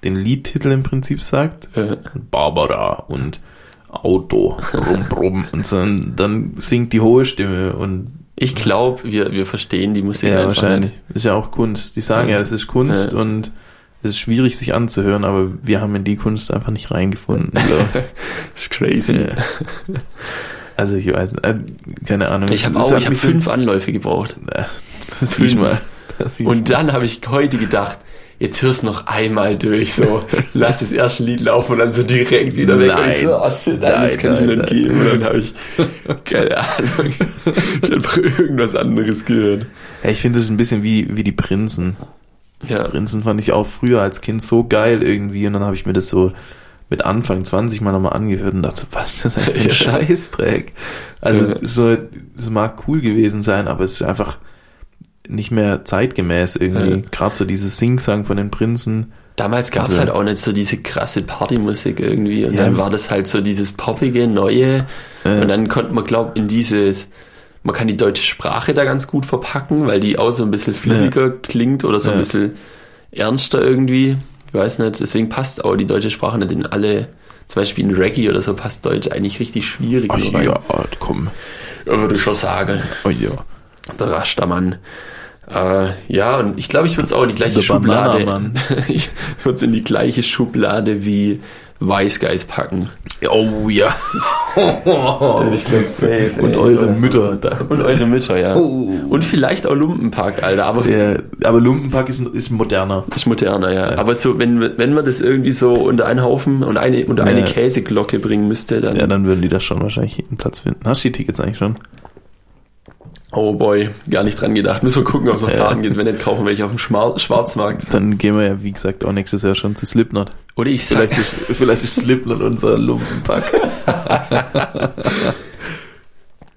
Speaker 2: den Liedtitel im Prinzip sagt
Speaker 3: Äh,
Speaker 2: Barbara und Auto, brumm, brumm. Und dann, dann singt die hohe Stimme und
Speaker 3: Ich glaube, wir, wir verstehen die Musik
Speaker 2: ja,
Speaker 3: einfach
Speaker 2: wahrscheinlich.
Speaker 3: nicht.
Speaker 2: Ist ja auch Kunst. Die sagen ja, es ist Kunst
Speaker 3: Ja.
Speaker 2: und es ist schwierig, sich anzuhören, aber wir haben in die Kunst einfach nicht reingefunden. glaub
Speaker 3: Das ist crazy.
Speaker 2: ich. ja. Also ich weiß, nicht, äh, keine Ahnung.
Speaker 3: Ich habe
Speaker 2: Es
Speaker 3: auch,
Speaker 2: hat
Speaker 3: ich habe
Speaker 2: mich so-
Speaker 3: fünf Anläufe gebraucht.
Speaker 2: Das ist Äh, mal. Das sieht-
Speaker 3: Und dann habe ich heute gedacht, jetzt hörst du noch einmal durch, so lass das erste Lied laufen und dann so direkt wieder weg. Und ich so,
Speaker 2: Nein.
Speaker 3: oh shit, nein, das
Speaker 2: Nein,
Speaker 3: kann ich
Speaker 2: nein,
Speaker 3: mir nicht
Speaker 2: nein.
Speaker 3: geben. Und dann habe ich, keine Ahnung, ich einfach irgendwas anderes gehört.
Speaker 2: ja, ich finde das ein bisschen wie, wie die Prinzen.
Speaker 3: Ja,
Speaker 2: Prinzen fand ich auch früher als Kind so geil irgendwie und dann habe ich mir das so mit Anfang 20 mal nochmal angehört und dachte, so, was das ist das für ein
Speaker 3: Ja.
Speaker 2: Scheißdreck. Also
Speaker 3: Ja.
Speaker 2: so, es mag cool gewesen sein, aber es ist einfach nicht mehr zeitgemäß irgendwie.
Speaker 3: Ja.
Speaker 2: Gerade so dieses Sing-Sang von den Prinzen.
Speaker 3: damals gab es
Speaker 2: Also-
Speaker 3: halt auch nicht so diese krasse Partymusik irgendwie. Und
Speaker 2: Ja.
Speaker 3: dann war das halt so dieses poppige, neue.
Speaker 2: Äh,
Speaker 3: Und dann konnte man, glaube in dieses, man kann die deutsche Sprache da ganz gut verpacken, weil die auch so ein bisschen flüssiger klingt oder so ein
Speaker 2: Ja.
Speaker 3: bisschen ernster irgendwie. Ich weiß nicht, deswegen passt auch die deutsche Sprache nicht in alle, zum Beispiel in Reggae oder so passt Deutsch eigentlich richtig schwierig.
Speaker 2: Also,
Speaker 3: nur rein.
Speaker 2: ah, komm.
Speaker 3: Ja, würde ich schon sagen.
Speaker 2: Oh ja.
Speaker 3: Der Rastermann. Äh, ja, und ich glaube, ich würde es auch in die gleiche
Speaker 2: The
Speaker 3: Schublade.
Speaker 2: Bananamann.
Speaker 3: ich würde es in die gleiche Schublade wie Wise Guys packen.
Speaker 2: Oh ja.
Speaker 1: Ich glaube, safe.
Speaker 2: Und eure Mütter. Da.
Speaker 3: Und eure Mütter, ja. Und vielleicht auch Lumpenpark, Alter, aber
Speaker 2: Der, aber Lumpenpack ist, ist moderner.
Speaker 3: Das ist moderner, ja. Aber so, wenn, wenn man das irgendwie so unter einen Haufen und eine, unter eine
Speaker 2: Ja.
Speaker 3: Käseglocke bringen müsste, dann,
Speaker 2: Ja, dann würden die das schon wahrscheinlich einen Platz finden. Hast du die Tickets eigentlich schon?
Speaker 3: oh boy, gar nicht dran gedacht. Müssen wir gucken, ob es noch
Speaker 2: Ja.
Speaker 3: Karten gibt. Wenn nicht, kaufen welche auf dem Schmar Schwarzmarkt.
Speaker 2: Dann gehen wir ja, wie gesagt, auch nächstes Jahr schon zu Slipknot.
Speaker 3: Oder ich sag,
Speaker 2: Vielleicht ist, vielleicht ist Slipknot unser Lumpenpack.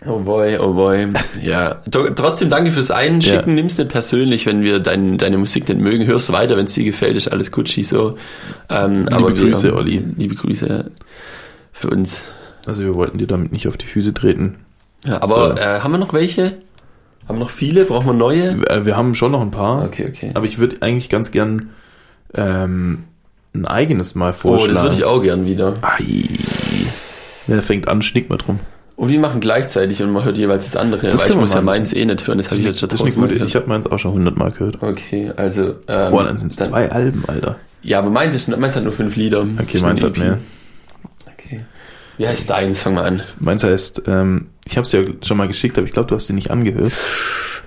Speaker 3: oh boy, oh boy. Ja, Tr- trotzdem danke fürs Einschicken.
Speaker 2: Ja.
Speaker 3: Nimm's nicht persönlich, wenn wir dein, deine Musik nicht mögen. Hör's weiter, wenn's dir gefällt, ist alles Gucci so. Ähm, liebe
Speaker 2: Grüße, Olli.
Speaker 3: Liebe Grüße für uns.
Speaker 2: Also wir wollten dir damit nicht auf die Füße treten.
Speaker 3: Ja, aber
Speaker 2: So.
Speaker 3: äh, haben wir noch welche? Haben wir noch viele? Brauchen wir neue?
Speaker 2: Äh, Wir haben schon noch ein paar,
Speaker 3: Okay, okay.
Speaker 2: aber ich würde eigentlich ganz gern ähm, ein eigenes Mal
Speaker 3: Oh,
Speaker 2: vorschlagen.
Speaker 3: das würde ich auch gern wieder.
Speaker 2: Ei. Der fängt an, schnickt mal drum.
Speaker 3: Und wir machen gleichzeitig und man hört jeweils das andere. weil
Speaker 2: Das
Speaker 3: ich
Speaker 2: können wir
Speaker 3: muss ja
Speaker 2: machen.
Speaker 3: meins eh nicht hören, das habe ich jetzt schon
Speaker 2: das ist eine
Speaker 3: tausendmal
Speaker 2: gute,
Speaker 3: gehört.
Speaker 2: ich habe meins auch schon hundertmal gehört.
Speaker 3: okay, also. Ähm,
Speaker 2: Boah, Oh, dann sind es
Speaker 3: dann-
Speaker 2: zwei Alben, Alter.
Speaker 3: Ja, aber meins, ist, meins hat nur fünf Lieder.
Speaker 2: Okay, meins hat mehr.
Speaker 3: Okay. Wie heißt deins? Fang mal an.
Speaker 2: Meins heißt, ähm, ich habe es ja schon mal geschickt, aber ich glaube, du hast sie nicht angehört.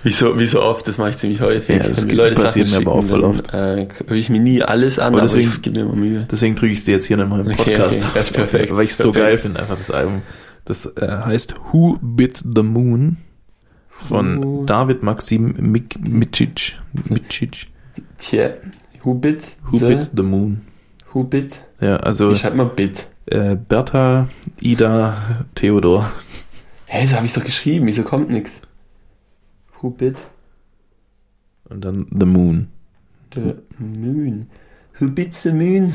Speaker 3: Wie so, wie so oft, das mache ich ziemlich häufig.
Speaker 2: Ja, das
Speaker 3: Wenn mir Leute
Speaker 2: passiert
Speaker 3: Sachen
Speaker 2: mir aber auch
Speaker 3: schicken,
Speaker 2: voll
Speaker 3: dann,
Speaker 2: oft.
Speaker 3: Äh, höre ich mir nie alles an,
Speaker 2: Aber
Speaker 3: aber
Speaker 2: deswegen-
Speaker 3: ich gebe mir immer Mühe.
Speaker 2: Deswegen drücke ich sie jetzt hier in meinem
Speaker 3: Okay,
Speaker 2: Podcast.
Speaker 3: okay, das ist perfekt,
Speaker 2: Weil ich es so
Speaker 3: perfekt.
Speaker 2: geil finde, einfach das Album. Das äh, heißt Who Bit the Moon von
Speaker 3: Who-
Speaker 2: David Maxim Mik Micic. Micic.
Speaker 3: Tja, who bit?
Speaker 2: Who
Speaker 3: the,
Speaker 2: Bit the Moon.
Speaker 3: Who bit?
Speaker 2: Ja, also
Speaker 3: Wie schreibt man bit?
Speaker 2: äh, Bertha, Ida, Theodor.
Speaker 3: Hä, so habe ich doch geschrieben, wieso kommt nix? Who bit?
Speaker 2: Und dann The Moon.
Speaker 3: The Moon. Who beats the Moon?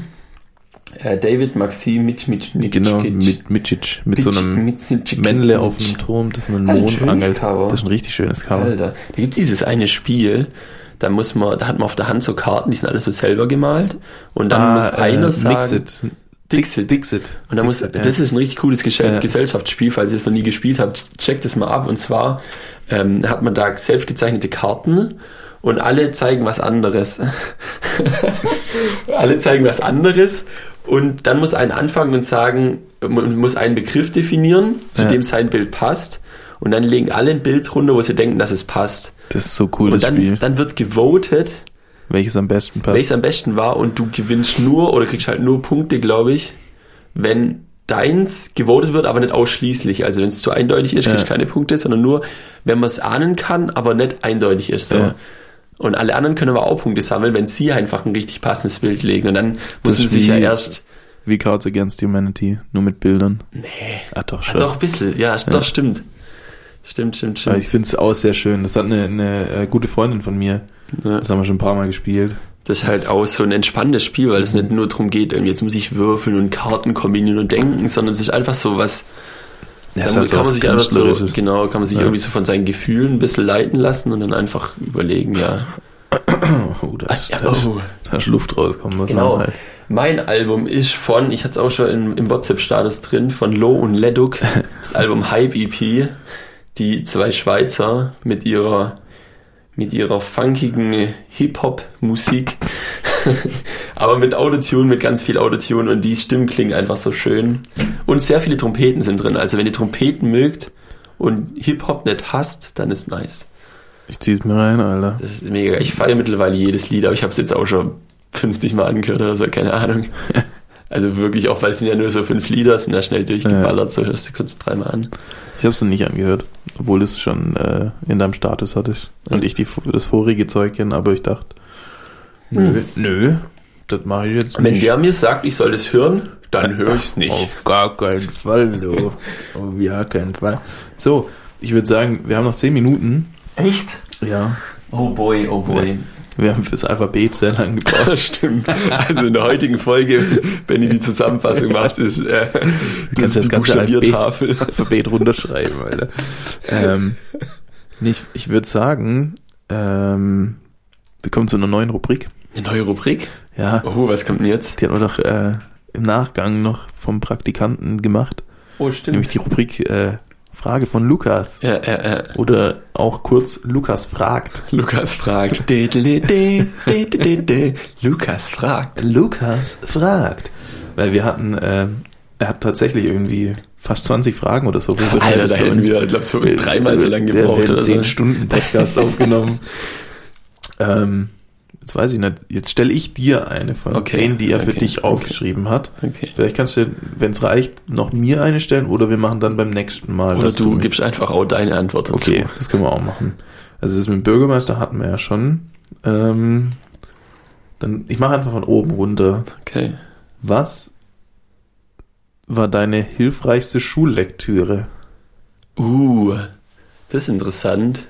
Speaker 3: Äh, David Maxim mit mit mit
Speaker 2: Genau, mit Micic. Mit so einem Männle auf einem Turm, das einen
Speaker 3: Also ein
Speaker 2: Mond
Speaker 3: schönes
Speaker 2: angelt.
Speaker 3: Cover.
Speaker 2: Das ist ein richtig schönes Cover.
Speaker 3: Alter, da gibt's dieses eine Spiel, da muss man, da hat man auf der Hand so Karten, die sind alle so selber gemalt und
Speaker 2: Ah,
Speaker 3: dann muss
Speaker 2: äh,
Speaker 3: einer sagen,
Speaker 2: Mixit.
Speaker 3: Dixit.
Speaker 2: Dixit.
Speaker 3: Und dann muss,
Speaker 2: Dixit, ja.
Speaker 3: das ist ein richtig cooles Gesell
Speaker 2: Ja.
Speaker 3: Gesellschaftsspiel, falls ihr es noch nie gespielt habt, checkt es mal ab. Und zwar ähm, hat man da selbst gezeichnete Karten und alle zeigen was anderes. alle zeigen was anderes und dann muss einer anfangen und sagen, man muss einen Begriff definieren, zu
Speaker 2: Ja.
Speaker 3: dem sein Bild passt. Und dann legen alle ein Bild runter, wo sie denken, dass es passt.
Speaker 2: das ist so cool,
Speaker 3: Und
Speaker 2: das Spiel.
Speaker 3: dann, dann wird gewotet,
Speaker 2: Welches am besten passt.
Speaker 3: welches am besten war und du gewinnst nur oder kriegst halt nur Punkte, glaube ich, wenn deins gewotet wird, aber nicht ausschließlich. Also wenn es zu eindeutig ist, kriegst du
Speaker 2: Ja.
Speaker 3: keine Punkte, sondern nur, wenn man es ahnen kann, aber nicht eindeutig ist. So.
Speaker 2: Ja.
Speaker 3: Und alle anderen können aber auch Punkte sammeln, wenn sie einfach ein richtig passendes Bild legen. Und dann müssen sie sich
Speaker 2: wie-
Speaker 3: ja erst...
Speaker 2: Wie Cards Against Humanity, nur mit Bildern. Nee. Ah, doch,
Speaker 3: Ah,
Speaker 2: schon.
Speaker 3: doch, ein bisschen. Ja, doch, stimmt. Stimmt, stimmt,
Speaker 2: Aber
Speaker 3: stimmt.
Speaker 2: ich finde es auch sehr schön. Das hat eine, eine äh, gute Freundin von mir.
Speaker 3: Ja.
Speaker 2: Das haben wir schon ein paar Mal gespielt.
Speaker 3: Das ist halt auch so ein entspannendes Spiel, weil es nicht nur darum geht, irgendwie jetzt muss ich würfeln und Karten kombinieren und denken, sondern es ist einfach so was,
Speaker 2: Ja, halt
Speaker 3: dann kann man sich einfach so, genau, kann man sich
Speaker 2: Ja.
Speaker 3: irgendwie so von seinen Gefühlen ein bisschen leiten lassen und dann einfach überlegen, ja.
Speaker 2: Oh, da, ist- da, ist- da ist Luft rauskommen. Was
Speaker 3: Ah, Genau.
Speaker 2: man Halt.
Speaker 3: Mein Album ist von, ich hatte es auch schon im, im WhatsApp-Status drin, von Lo und Leduc, das Album Hype EP, die zwei Schweizer mit ihrer mit ihrer funkigen Hip-Hop-Musik, aber mit Autotune, mit ganz viel Autotune und die Stimmen klingen einfach so schön. Und sehr viele Trompeten sind drin, also wenn ihr Trompeten mögt und Hip-Hop nicht hasst, dann ist nice.
Speaker 2: Ich zieh's mir rein, Alter.
Speaker 3: Das ist mega. Ich feiere mittlerweile jedes Lied, aber ich habe es jetzt auch schon 50 Mal angehört oder so, keine Ahnung. Also wirklich, auch weil es sind ja nur so fünf Lieder, sind ja schnell durchgeballert, so hörst du kurz dreimal an.
Speaker 2: Ich habe es noch nicht angehört, obwohl du es schon äh, in deinem Status hattest und ich die, das vorige Zeug kenne, aber ich dachte, nö,
Speaker 3: Hm.
Speaker 2: nö, das mache ich jetzt
Speaker 3: Wenn
Speaker 2: nicht.
Speaker 3: der mir sagt, ich soll es hören, dann höre ich es nicht.
Speaker 2: Auf gar keinen Fall, du. Auf gar keinen Fall. So, ich würde sagen, wir haben noch zehn Minuten.
Speaker 3: Echt?
Speaker 2: Ja.
Speaker 3: Oh boy, oh boy.
Speaker 2: Wir haben fürs Alphabet sehr lange gebraucht.
Speaker 3: Das stimmt. Also in der heutigen Folge, wenn ihr die Zusammenfassung macht, ist äh, das
Speaker 2: kannst das
Speaker 3: die
Speaker 2: ganze
Speaker 3: Buchstabiertafel.
Speaker 2: Alphabet runterschreiben, Alter. ähm, nee, ich ich würde sagen, ähm, wir kommen zu einer neuen Rubrik.
Speaker 3: Eine neue Rubrik?
Speaker 2: Ja,
Speaker 3: Oh, was kommt denn jetzt?
Speaker 2: die haben wir doch äh, im Nachgang noch vom Praktikanten gemacht.
Speaker 3: Oh, stimmt.
Speaker 2: Nämlich die Rubrik äh, Frage von Lukas.
Speaker 3: ja, ja, ja.
Speaker 2: Oder auch kurz Lukas fragt.
Speaker 3: Lukas fragt. Diddelidi, diddelidi. Lukas fragt.
Speaker 2: Lukas fragt. Weil wir hatten, ähm, er hat tatsächlich irgendwie fast 20 Fragen oder so.
Speaker 3: Alter, da hätten wir, glaub so dreimal so lange gebraucht. Also,
Speaker 2: Wir
Speaker 3: oder
Speaker 2: haben
Speaker 3: so.
Speaker 2: 10 Stunden Podcast aufgenommen. Ähm, jetzt weiß ich nicht. Jetzt stelle ich dir eine von
Speaker 3: Okay,
Speaker 2: denen, die er für
Speaker 3: okay,
Speaker 2: dich
Speaker 3: okay.
Speaker 2: aufgeschrieben hat.
Speaker 3: Okay.
Speaker 2: Vielleicht kannst du, wenn es reicht, noch mir eine stellen oder wir machen dann beim nächsten Mal.
Speaker 3: Oder
Speaker 2: dass
Speaker 3: du
Speaker 2: mir-
Speaker 3: gibst einfach auch deine Antwort dazu.
Speaker 2: Okay, das können wir auch machen. Also das mit dem Bürgermeister hatten wir ja schon. Ähm, dann, ich mache einfach von oben runter.
Speaker 3: Okay.
Speaker 2: Was war deine hilfreichste Schullektüre?
Speaker 3: Uh, das ist interessant.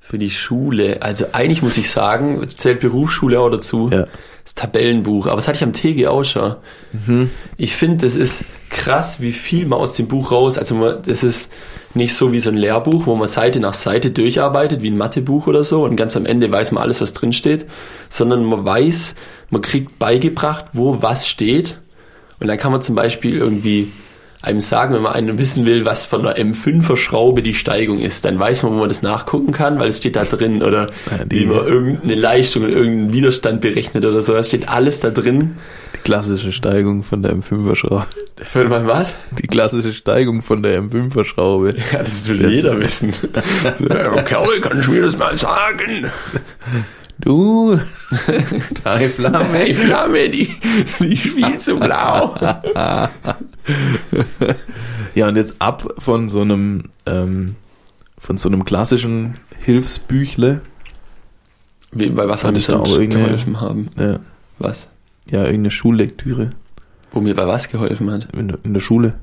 Speaker 3: Für die Schule. Also eigentlich muss ich sagen, zählt Berufsschule auch dazu.
Speaker 2: Ja.
Speaker 3: Das Tabellenbuch. Aber das hatte ich am TG auch schon. Ich finde, das ist krass, wie viel man aus dem Buch raus. Also man- das ist nicht so wie so ein Lehrbuch, wo man Seite nach Seite durcharbeitet, wie ein Mathebuch oder so. Und ganz am Ende weiß man alles, was drin steht. Sondern man weiß, man kriegt beigebracht, wo was steht. Und dann kann man zum Beispiel irgendwie einem sagen, wenn man einem wissen will, was von einer M5er Schraube die Steigung ist, dann weiß man, wo man das nachgucken kann, weil es steht da drin oder
Speaker 2: Ja, die-
Speaker 3: wie man irgendeine Leistung oder irgendeinen Widerstand berechnet oder so. Es steht alles da drin.
Speaker 2: Die klassische Steigung von der M5er-Schraube.
Speaker 3: Hört mal was?
Speaker 2: Die klassische Steigung von der M5er-Schraube.
Speaker 3: Ja, das will jeder wissen. ja, Kerl, kannst du mir das mal sagen?
Speaker 2: Du, deine Flamme.
Speaker 3: Die Flamme, die, die ist viel zu blau.
Speaker 2: Ja, und jetzt ab von so einem, ähm, von so einem klassischen Hilfsbüchle.
Speaker 3: Wie, bei was
Speaker 2: Hat
Speaker 3: haben die
Speaker 2: es da
Speaker 3: sonst
Speaker 2: auch irgendeine-
Speaker 3: geholfen haben?
Speaker 2: Ja,
Speaker 3: Was?
Speaker 2: Äh, ja irgendeine Schullektüre
Speaker 3: Wo mir bei was geholfen hat?
Speaker 2: in, der- in der Schule.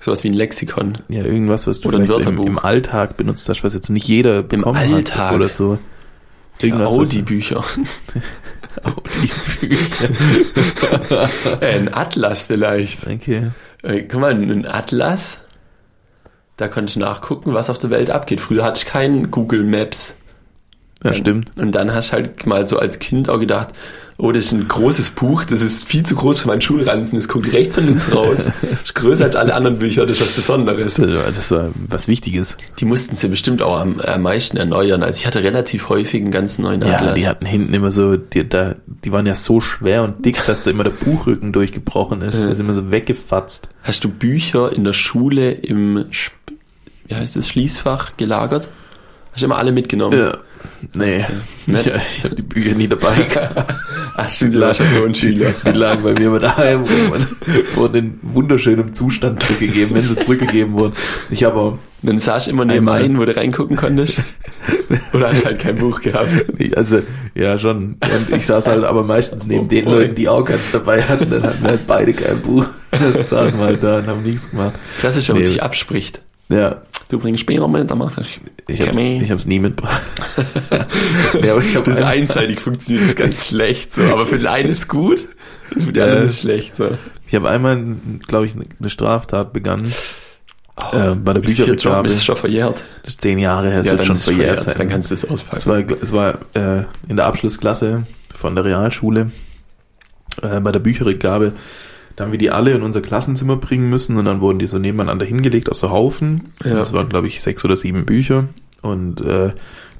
Speaker 3: Sowas wie ein Lexikon.
Speaker 2: Ja, irgendwas, was du
Speaker 3: Oder ein
Speaker 2: vielleicht im,
Speaker 3: Wörterbuch.
Speaker 2: im Alltag benutzt hast, was jetzt nicht jeder bekommen hat
Speaker 3: Alltag.
Speaker 2: oder so.
Speaker 3: Ja,
Speaker 2: was-
Speaker 3: Audi-Bücher. Äh, ein Atlas vielleicht.
Speaker 2: Okay.
Speaker 3: Äh, guck mal, ein Atlas. Da konnte ich nachgucken, was auf der Welt abgeht. Früher hatte ich keinen Google Maps.
Speaker 2: Ja, stimmt.
Speaker 3: Und dann hast du halt mal so als Kind auch gedacht, oh, das ist ein großes Buch, das ist viel zu groß für meinen Schulranzen, das guckt rechts und links raus. Das ist größer als alle anderen Bücher, das ist was Besonderes.
Speaker 2: Das war, das war was Wichtiges.
Speaker 3: Die mussten sie bestimmt auch am, am meisten erneuern. Also ich hatte relativ häufig einen ganz neuen
Speaker 2: Ja,
Speaker 3: Atlas.
Speaker 2: die hatten hinten immer so, die, da, die waren ja so schwer und dick, dass da immer der Buchrücken durchgebrochen ist. Der ist immer so weggefatzt.
Speaker 3: Hast du Bücher in der Schule im, Sch- wie heißt das, Schließfach gelagert? Hast du immer alle mitgenommen?
Speaker 2: Nee. Ich, ich habe die Bücher nie dabei gehabt.
Speaker 3: Ach, stimmt, du warst ja so ein Schüler.
Speaker 2: Die lagen bei mir immer daheim rum und wurden in wunderschönem Zustand zurückgegeben, wenn sie zurückgegeben wurden. Ich habe auch
Speaker 3: Dann saß immer neben
Speaker 2: Einmal.
Speaker 3: einen, wo du reingucken konntest. Oder hast halt kein Buch gehabt.
Speaker 2: Ich- Also, ja, schon. Und ich saß halt aber meistens neben den Leuten, die auch ganz dabei hatten. Dann hatten wir halt beide kein Buch. Dann saßen wir halt da und haben nichts gemacht.
Speaker 3: Das ist, wenn man
Speaker 2: Nee.
Speaker 3: sich abspricht.
Speaker 2: Ja,
Speaker 3: Du bringst Speer mit, dann mache ich.
Speaker 2: ich hab's,
Speaker 3: Cammy.
Speaker 2: ich hab's nie mitgebracht. ja, aber ich hab
Speaker 3: Das ist
Speaker 2: ein,
Speaker 3: einseitig funktioniert das ganz schlecht. So. Aber für den einen ist gut, und für den
Speaker 2: Ja.
Speaker 3: anderen ist schlecht. So.
Speaker 2: ich hab einmal, glaube ich, eine Straftat begangen.
Speaker 3: Oh,
Speaker 2: äh, bei der
Speaker 3: Mit vier Job
Speaker 2: Bücherreklame.
Speaker 3: ist es schon verjährt.
Speaker 2: Das ist zehn Jahre her, das wird schon
Speaker 3: ist
Speaker 2: verjährt sein.
Speaker 3: Dann kannst du es
Speaker 2: Es
Speaker 3: auspacken.
Speaker 2: war, es war äh, in der Abschlussklasse von der Realschule äh, bei der Bücherrückgabe. Da haben wir die alle in unser Klassenzimmer bringen müssen und dann wurden die so nebeneinander hingelegt aus so Haufen.
Speaker 3: Ja.
Speaker 2: Das waren, glaube ich, sechs oder sieben Bücher. Und äh,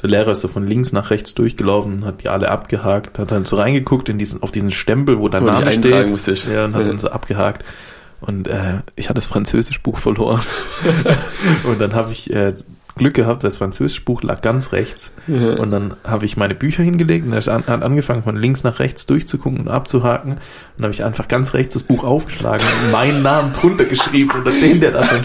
Speaker 2: der Lehrer ist so von links nach rechts durchgelaufen, hat die alle abgehakt, hat dann so reingeguckt in diesen, auf diesen Stempel, wo dein
Speaker 3: Wo du
Speaker 2: Name
Speaker 3: dich eintragen
Speaker 2: steht.
Speaker 3: musstest.
Speaker 2: Ja, und hat
Speaker 3: Ja.
Speaker 2: dann so abgehakt. Und äh, ich hatte das Französischbuch verloren. und dann habe ich äh, Glück gehabt, das französische Buch lag ganz rechts. Und dann habe ich meine Bücher hingelegt und er an, hat angefangen, von links nach rechts durchzugucken und abzuhaken. Und dann habe ich einfach ganz rechts das Buch aufgeschlagen und meinen Namen drunter geschrieben unter den, der da drin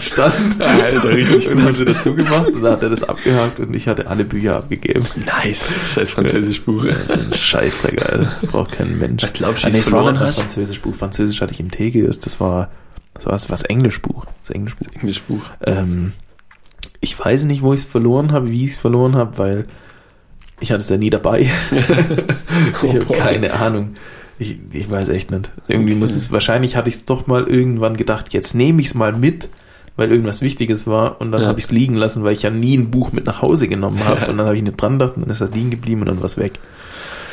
Speaker 2: stand.
Speaker 3: Alter, richtig
Speaker 2: Und dann hat er dazu gemacht und dann hat er das abgehakt und ich hatte alle Bücher abgegeben.
Speaker 3: Nice. Scheiß französisch Buch.
Speaker 2: Ein Scheißdreck, Alter. Braucht kein Mensch.
Speaker 3: Was glaubst du,
Speaker 2: Ah,
Speaker 3: wie
Speaker 2: nee,
Speaker 3: es
Speaker 2: es war
Speaker 3: verloren
Speaker 2: ein
Speaker 3: hast?
Speaker 2: französisches Buch. Französisch hatte ich im Tee gegessen. Das war, das war das was Englischbuch. Das Englischbuch.
Speaker 3: Englisch Buch.
Speaker 2: Ähm, ich weiß nicht, wo ich es verloren habe, wie ich es verloren habe, weil ich hatte es ja nie dabei. ich habe
Speaker 3: Oh boy.
Speaker 2: keine Ahnung. Ich, ich weiß echt nicht. Irgendwie muss es, wahrscheinlich hatte ich es doch mal irgendwann gedacht, jetzt nehme ich es mal mit, weil irgendwas Wichtiges war und dann
Speaker 3: Ja.
Speaker 2: habe ich es liegen lassen, weil ich ja nie ein Buch mit nach Hause genommen habe und dann habe ich nicht dran gedacht und dann ist das liegen geblieben und dann war es weg.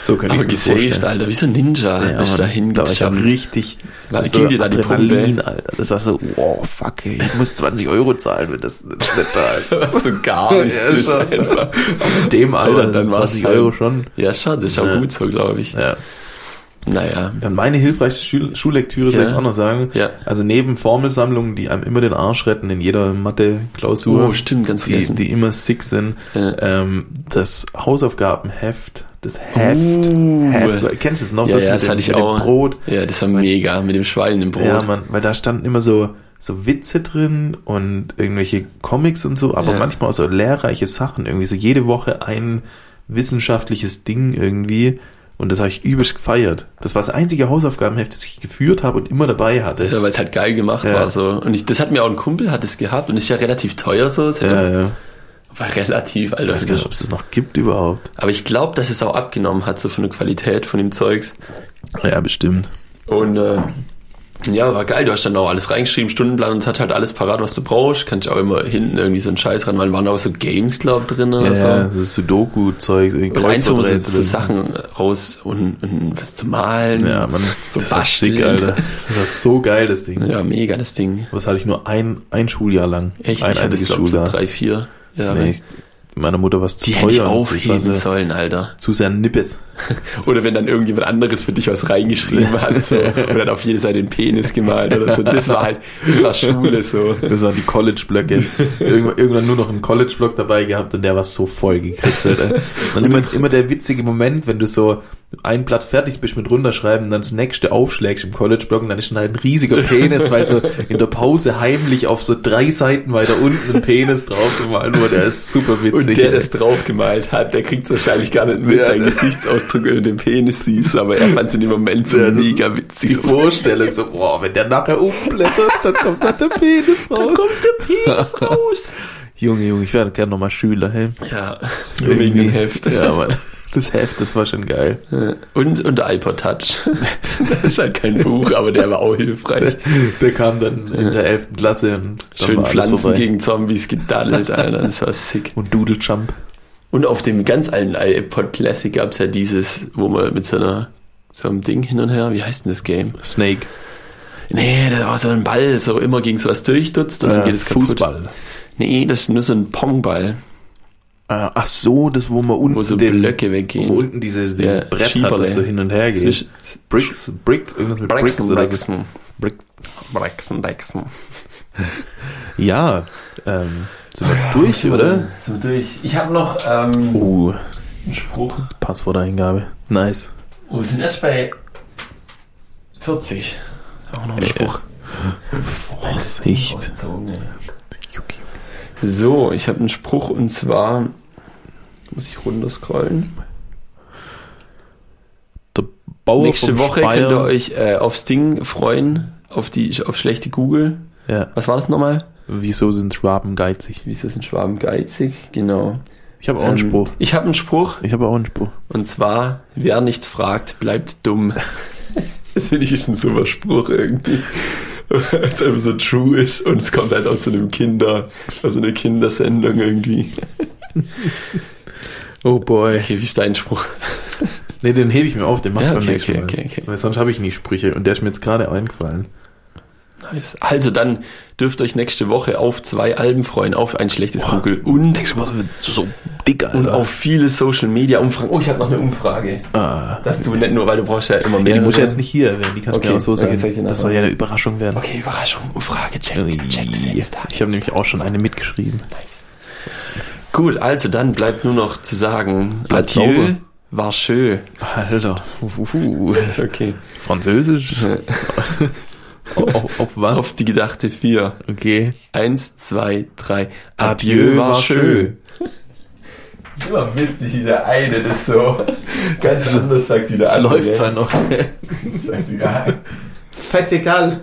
Speaker 2: So könnte
Speaker 3: Aber
Speaker 2: ich es mir
Speaker 3: gesaved,
Speaker 2: vorstellen.
Speaker 3: Alter, wie so ein Ninja
Speaker 2: Ja,
Speaker 3: bist du
Speaker 2: Mann,
Speaker 3: dahin
Speaker 2: da war ich ja
Speaker 3: geschafft.
Speaker 2: richtig.
Speaker 3: Was
Speaker 2: das
Speaker 3: ging
Speaker 2: war
Speaker 3: dir da die Pumpe?
Speaker 2: Adrenalin, Alter. Das war so, wow, fuck, ey, ich muss 20 Euro zahlen, wenn das das nicht da
Speaker 3: Was so gar nicht
Speaker 2: Ja,
Speaker 3: ist
Speaker 2: schon.
Speaker 3: einfach.
Speaker 2: In dem Alter,
Speaker 3: Aber
Speaker 2: dann
Speaker 3: dann war's
Speaker 2: 20
Speaker 3: halt-
Speaker 2: Euro schon.
Speaker 3: Ja, schade, ist auch
Speaker 2: Ja.
Speaker 3: gut so, glaube ich.
Speaker 2: Ja.
Speaker 3: Naja.
Speaker 2: Und meine hilfreichste Schul Schullektüre soll
Speaker 3: Ja.
Speaker 2: ich auch noch sagen.
Speaker 3: Ja.
Speaker 2: Also neben Formelsammlungen, die einem immer den Arsch retten in jeder Mathe-Klausur.
Speaker 3: Oh, stimmt, ganz
Speaker 2: die,
Speaker 3: vergessen.
Speaker 2: die immer sick sind.
Speaker 3: Ja.
Speaker 2: Ähm, das Hausaufgabenheft, das Heft.
Speaker 3: Uh.
Speaker 2: Heft. Kennst du es noch?
Speaker 3: ja, ja,
Speaker 2: mit
Speaker 3: das
Speaker 2: dem-
Speaker 3: hatte ich
Speaker 2: mit dem
Speaker 3: auch.
Speaker 2: Brot.
Speaker 3: Ja, das war mega, mit dem Schwein im Brot.
Speaker 2: Ja, Mann, weil da standen immer so, so Witze drin und irgendwelche Comics und so, aber
Speaker 3: Ja.
Speaker 2: manchmal auch so lehrreiche Sachen. Irgendwie so jede Woche ein wissenschaftliches Ding irgendwie. Und das habe ich übelst gefeiert. Das war das einzige Hausaufgabenheft, das ich geführt habe und immer dabei hatte.
Speaker 3: Ja, weil es halt geil gemacht
Speaker 2: Ja.
Speaker 3: war so. Und ich, das hat mir auch ein Kumpel hat es gehabt und ist ja relativ teuer so. Das hätte-
Speaker 2: ja.
Speaker 3: War relativ,
Speaker 2: Ich
Speaker 3: Alter.
Speaker 2: weiß gar nicht, ob es das noch gibt überhaupt.
Speaker 3: Aber ich glaube, dass es auch abgenommen hat, so von der Qualität von dem Zeugs.
Speaker 2: Ja, bestimmt.
Speaker 3: Und äh, ja, war geil, du hast dann auch alles reingeschrieben, Stundenplan und es hat halt alles parat, was du brauchst. Kannst auch immer hinten irgendwie so einen Scheiß ran, weil waren auch so Games, glaub drin
Speaker 2: Ja,
Speaker 3: oder so.
Speaker 2: ja, so Sudoku-Zeug, irgendwie
Speaker 3: Und eins muss jetzt Also, so
Speaker 2: Kreuzworträtsel.
Speaker 3: Sachen raus und, und was zu malen.
Speaker 2: Ja, man,
Speaker 3: so
Speaker 2: das war
Speaker 3: basteln.
Speaker 2: sick, Alter. Das war so geil, das Ding.
Speaker 3: Ja, mega das Ding.
Speaker 2: Aber Das hatte ich nur ein, ein Schuljahr lang.
Speaker 3: Echt,
Speaker 2: ein
Speaker 3: ich hatte es
Speaker 2: einziges
Speaker 3: glaube so
Speaker 2: Schuljahr.
Speaker 3: drei, vier Jahre.
Speaker 2: Nee, ich, meiner Mutter war es zu
Speaker 3: die hätte ich
Speaker 2: teuer. und so, es war
Speaker 3: aufheben
Speaker 2: so-
Speaker 3: sollen, Alter.
Speaker 2: Zu sehr Nippes.
Speaker 3: Oder wenn dann irgendjemand anderes für dich was reingeschrieben hat so, und dann auf jede Seite einen Penis gemalt oder so. Das war halt, das war Schule so.
Speaker 2: Das waren die College-Blöcke. Irgendwann, irgendwann nur noch einen College-Block dabei gehabt und der war so voll gekritzelt. ey. Und immer, immer der witzige Moment, wenn du so ein Blatt fertig bist mit runterschreiben und dann das nächste aufschlägst im College-Block und dann ist dann halt ein riesiger Penis, weil so in der Pause heimlich auf so drei Seiten weiter unten ein Penis draufgemalt wurde. Der ist super witzig.
Speaker 3: Und der,
Speaker 2: ey. ne.
Speaker 3: der es draufgemalt hat, der kriegt wahrscheinlich gar nicht mit, deinen Gesichtsausdruck, wenn du den Penis siehst, aber er fand es in dem Moment so mega
Speaker 2: die
Speaker 3: witzig.
Speaker 2: Vorstellung so, boah, wenn der nachher umblättert, dann kommt da der Penis raus. Dann kommt der Penis raus. Junge, Junge, ich werde gerne nochmal Schüler, hey.
Speaker 3: Ja, wegen dem Heft.
Speaker 2: Ja, Mann. Das Heft, das war schon geil.
Speaker 3: Und, und der iPod Touch. Das ist halt kein Buch, aber der war auch hilfreich.
Speaker 2: Der kam dann in der 11. Klasse und dann war
Speaker 3: Schön
Speaker 2: alles
Speaker 3: Pflanzen
Speaker 2: vorbei.
Speaker 3: gegen Zombies gedaddelt, Alter, das war sick.
Speaker 2: Und Doodle Jump.
Speaker 3: Und auf dem ganz alten iPod Classic gab's ja dieses, wo man mit so einer so einem Ding hin und her, wie heißt denn das Game?
Speaker 2: Snake.
Speaker 3: Nee, da war so ein Ball, so immer gegen sowas durchdutzt und dann geht es kaputt.
Speaker 2: Äh, Fußball.
Speaker 3: Nee, das ist nur so ein Pongball,
Speaker 2: Ah, Ach so, das, wo man unten,
Speaker 3: wo so
Speaker 2: den-
Speaker 3: Blöcke
Speaker 2: wo
Speaker 3: weggehen.
Speaker 2: unten diese, dieses
Speaker 3: Ja,
Speaker 2: Brett hat,
Speaker 3: Schieberle.
Speaker 2: das so hin und her geht.
Speaker 3: Zwischen-
Speaker 2: Bricks, Brick, irgendwas mit Bricks
Speaker 3: Brexen,
Speaker 2: oder so.
Speaker 3: Brexen.
Speaker 2: Brick.
Speaker 3: Brexen, Brexen.
Speaker 2: Ja, ähm, sind wir durch, oder?
Speaker 3: So durch. Ich habe noch ähm,
Speaker 2: Uh,
Speaker 3: einen Spruch.
Speaker 2: Passworteingabe. Nice.
Speaker 3: Oh, wir sind erst bei 40. Auch noch ein Spruch.
Speaker 2: Vorsicht.
Speaker 3: Ausgezogen, ey. So, ich habe einen Spruch und zwar muss ich runterscrollen.
Speaker 2: Der Bauer
Speaker 3: Nächste
Speaker 2: vom
Speaker 3: Woche
Speaker 2: Speyer.
Speaker 3: könnt ihr euch äh, aufs Ding freuen, auf die auf schlechte Google.
Speaker 2: Ja.
Speaker 3: Was war das nochmal?
Speaker 2: Wieso sind Schwaben geizig?
Speaker 3: Wieso sind Schwaben geizig? Genau.
Speaker 2: Ich habe auch einen
Speaker 3: Ähm,
Speaker 2: Spruch.
Speaker 3: Ich habe einen Spruch
Speaker 2: Ich habe auch einen Spruch.
Speaker 3: und zwar, wer nicht fragt, bleibt dumm. Das finde ich ist ein super Spruch irgendwie. Weil es einfach so true ist und es kommt halt aus so einem Kinder, aus so einer Kindersendung irgendwie.
Speaker 2: Oh boy.
Speaker 3: Okay, wie ist dein Spruch?
Speaker 2: Nee, den hebe ich mir auf, den mach
Speaker 3: Ja,
Speaker 2: ich beim
Speaker 3: okay,
Speaker 2: nächsten
Speaker 3: okay,
Speaker 2: Mal.
Speaker 3: okay, okay.
Speaker 2: Weil sonst habe ich nie Sprüche und der ist mir jetzt gerade eingefallen.
Speaker 3: Nice. Also dann dürft ihr euch nächste Woche auf zwei Alben freuen, auf ein schlechtes Google und,
Speaker 2: was mit so dick, Alter.
Speaker 3: und auf viele Social Media Umfragen. Oh, ich habe noch eine Umfrage.
Speaker 2: Ah.
Speaker 3: Dass du nicht nur, weil du brauchst ja immer
Speaker 2: Ja,
Speaker 3: mehr.
Speaker 2: die muss ich
Speaker 3: oder?
Speaker 2: jetzt nicht hier erwähnen, die kannst du
Speaker 3: Okay,
Speaker 2: mir auch so
Speaker 3: okay,
Speaker 2: sagen.
Speaker 3: soll ich dir
Speaker 2: das
Speaker 3: nachher-
Speaker 2: soll ja eine Überraschung werden.
Speaker 3: Okay, Überraschung, Umfrage, check, check das Insta.
Speaker 2: ich habe nämlich auch schon eine mitgeschrieben.
Speaker 3: Nice. Gut, also dann bleibt nur noch zu sagen,
Speaker 2: Bleibt sauber.
Speaker 3: adieu, war schön.
Speaker 2: Alter. Uhuhu.
Speaker 3: Okay.
Speaker 2: Französisch? auf, auf- auf was?
Speaker 3: Auf die gedachte vier.
Speaker 2: okay.
Speaker 3: Eins, zwei, drei. Adieu, war schön.
Speaker 1: Immer witzig, wie der eine das so ganz anders sagt, wie der
Speaker 2: Das
Speaker 1: andere.
Speaker 2: läuft dann noch.
Speaker 1: Das ist egal.
Speaker 2: Festival.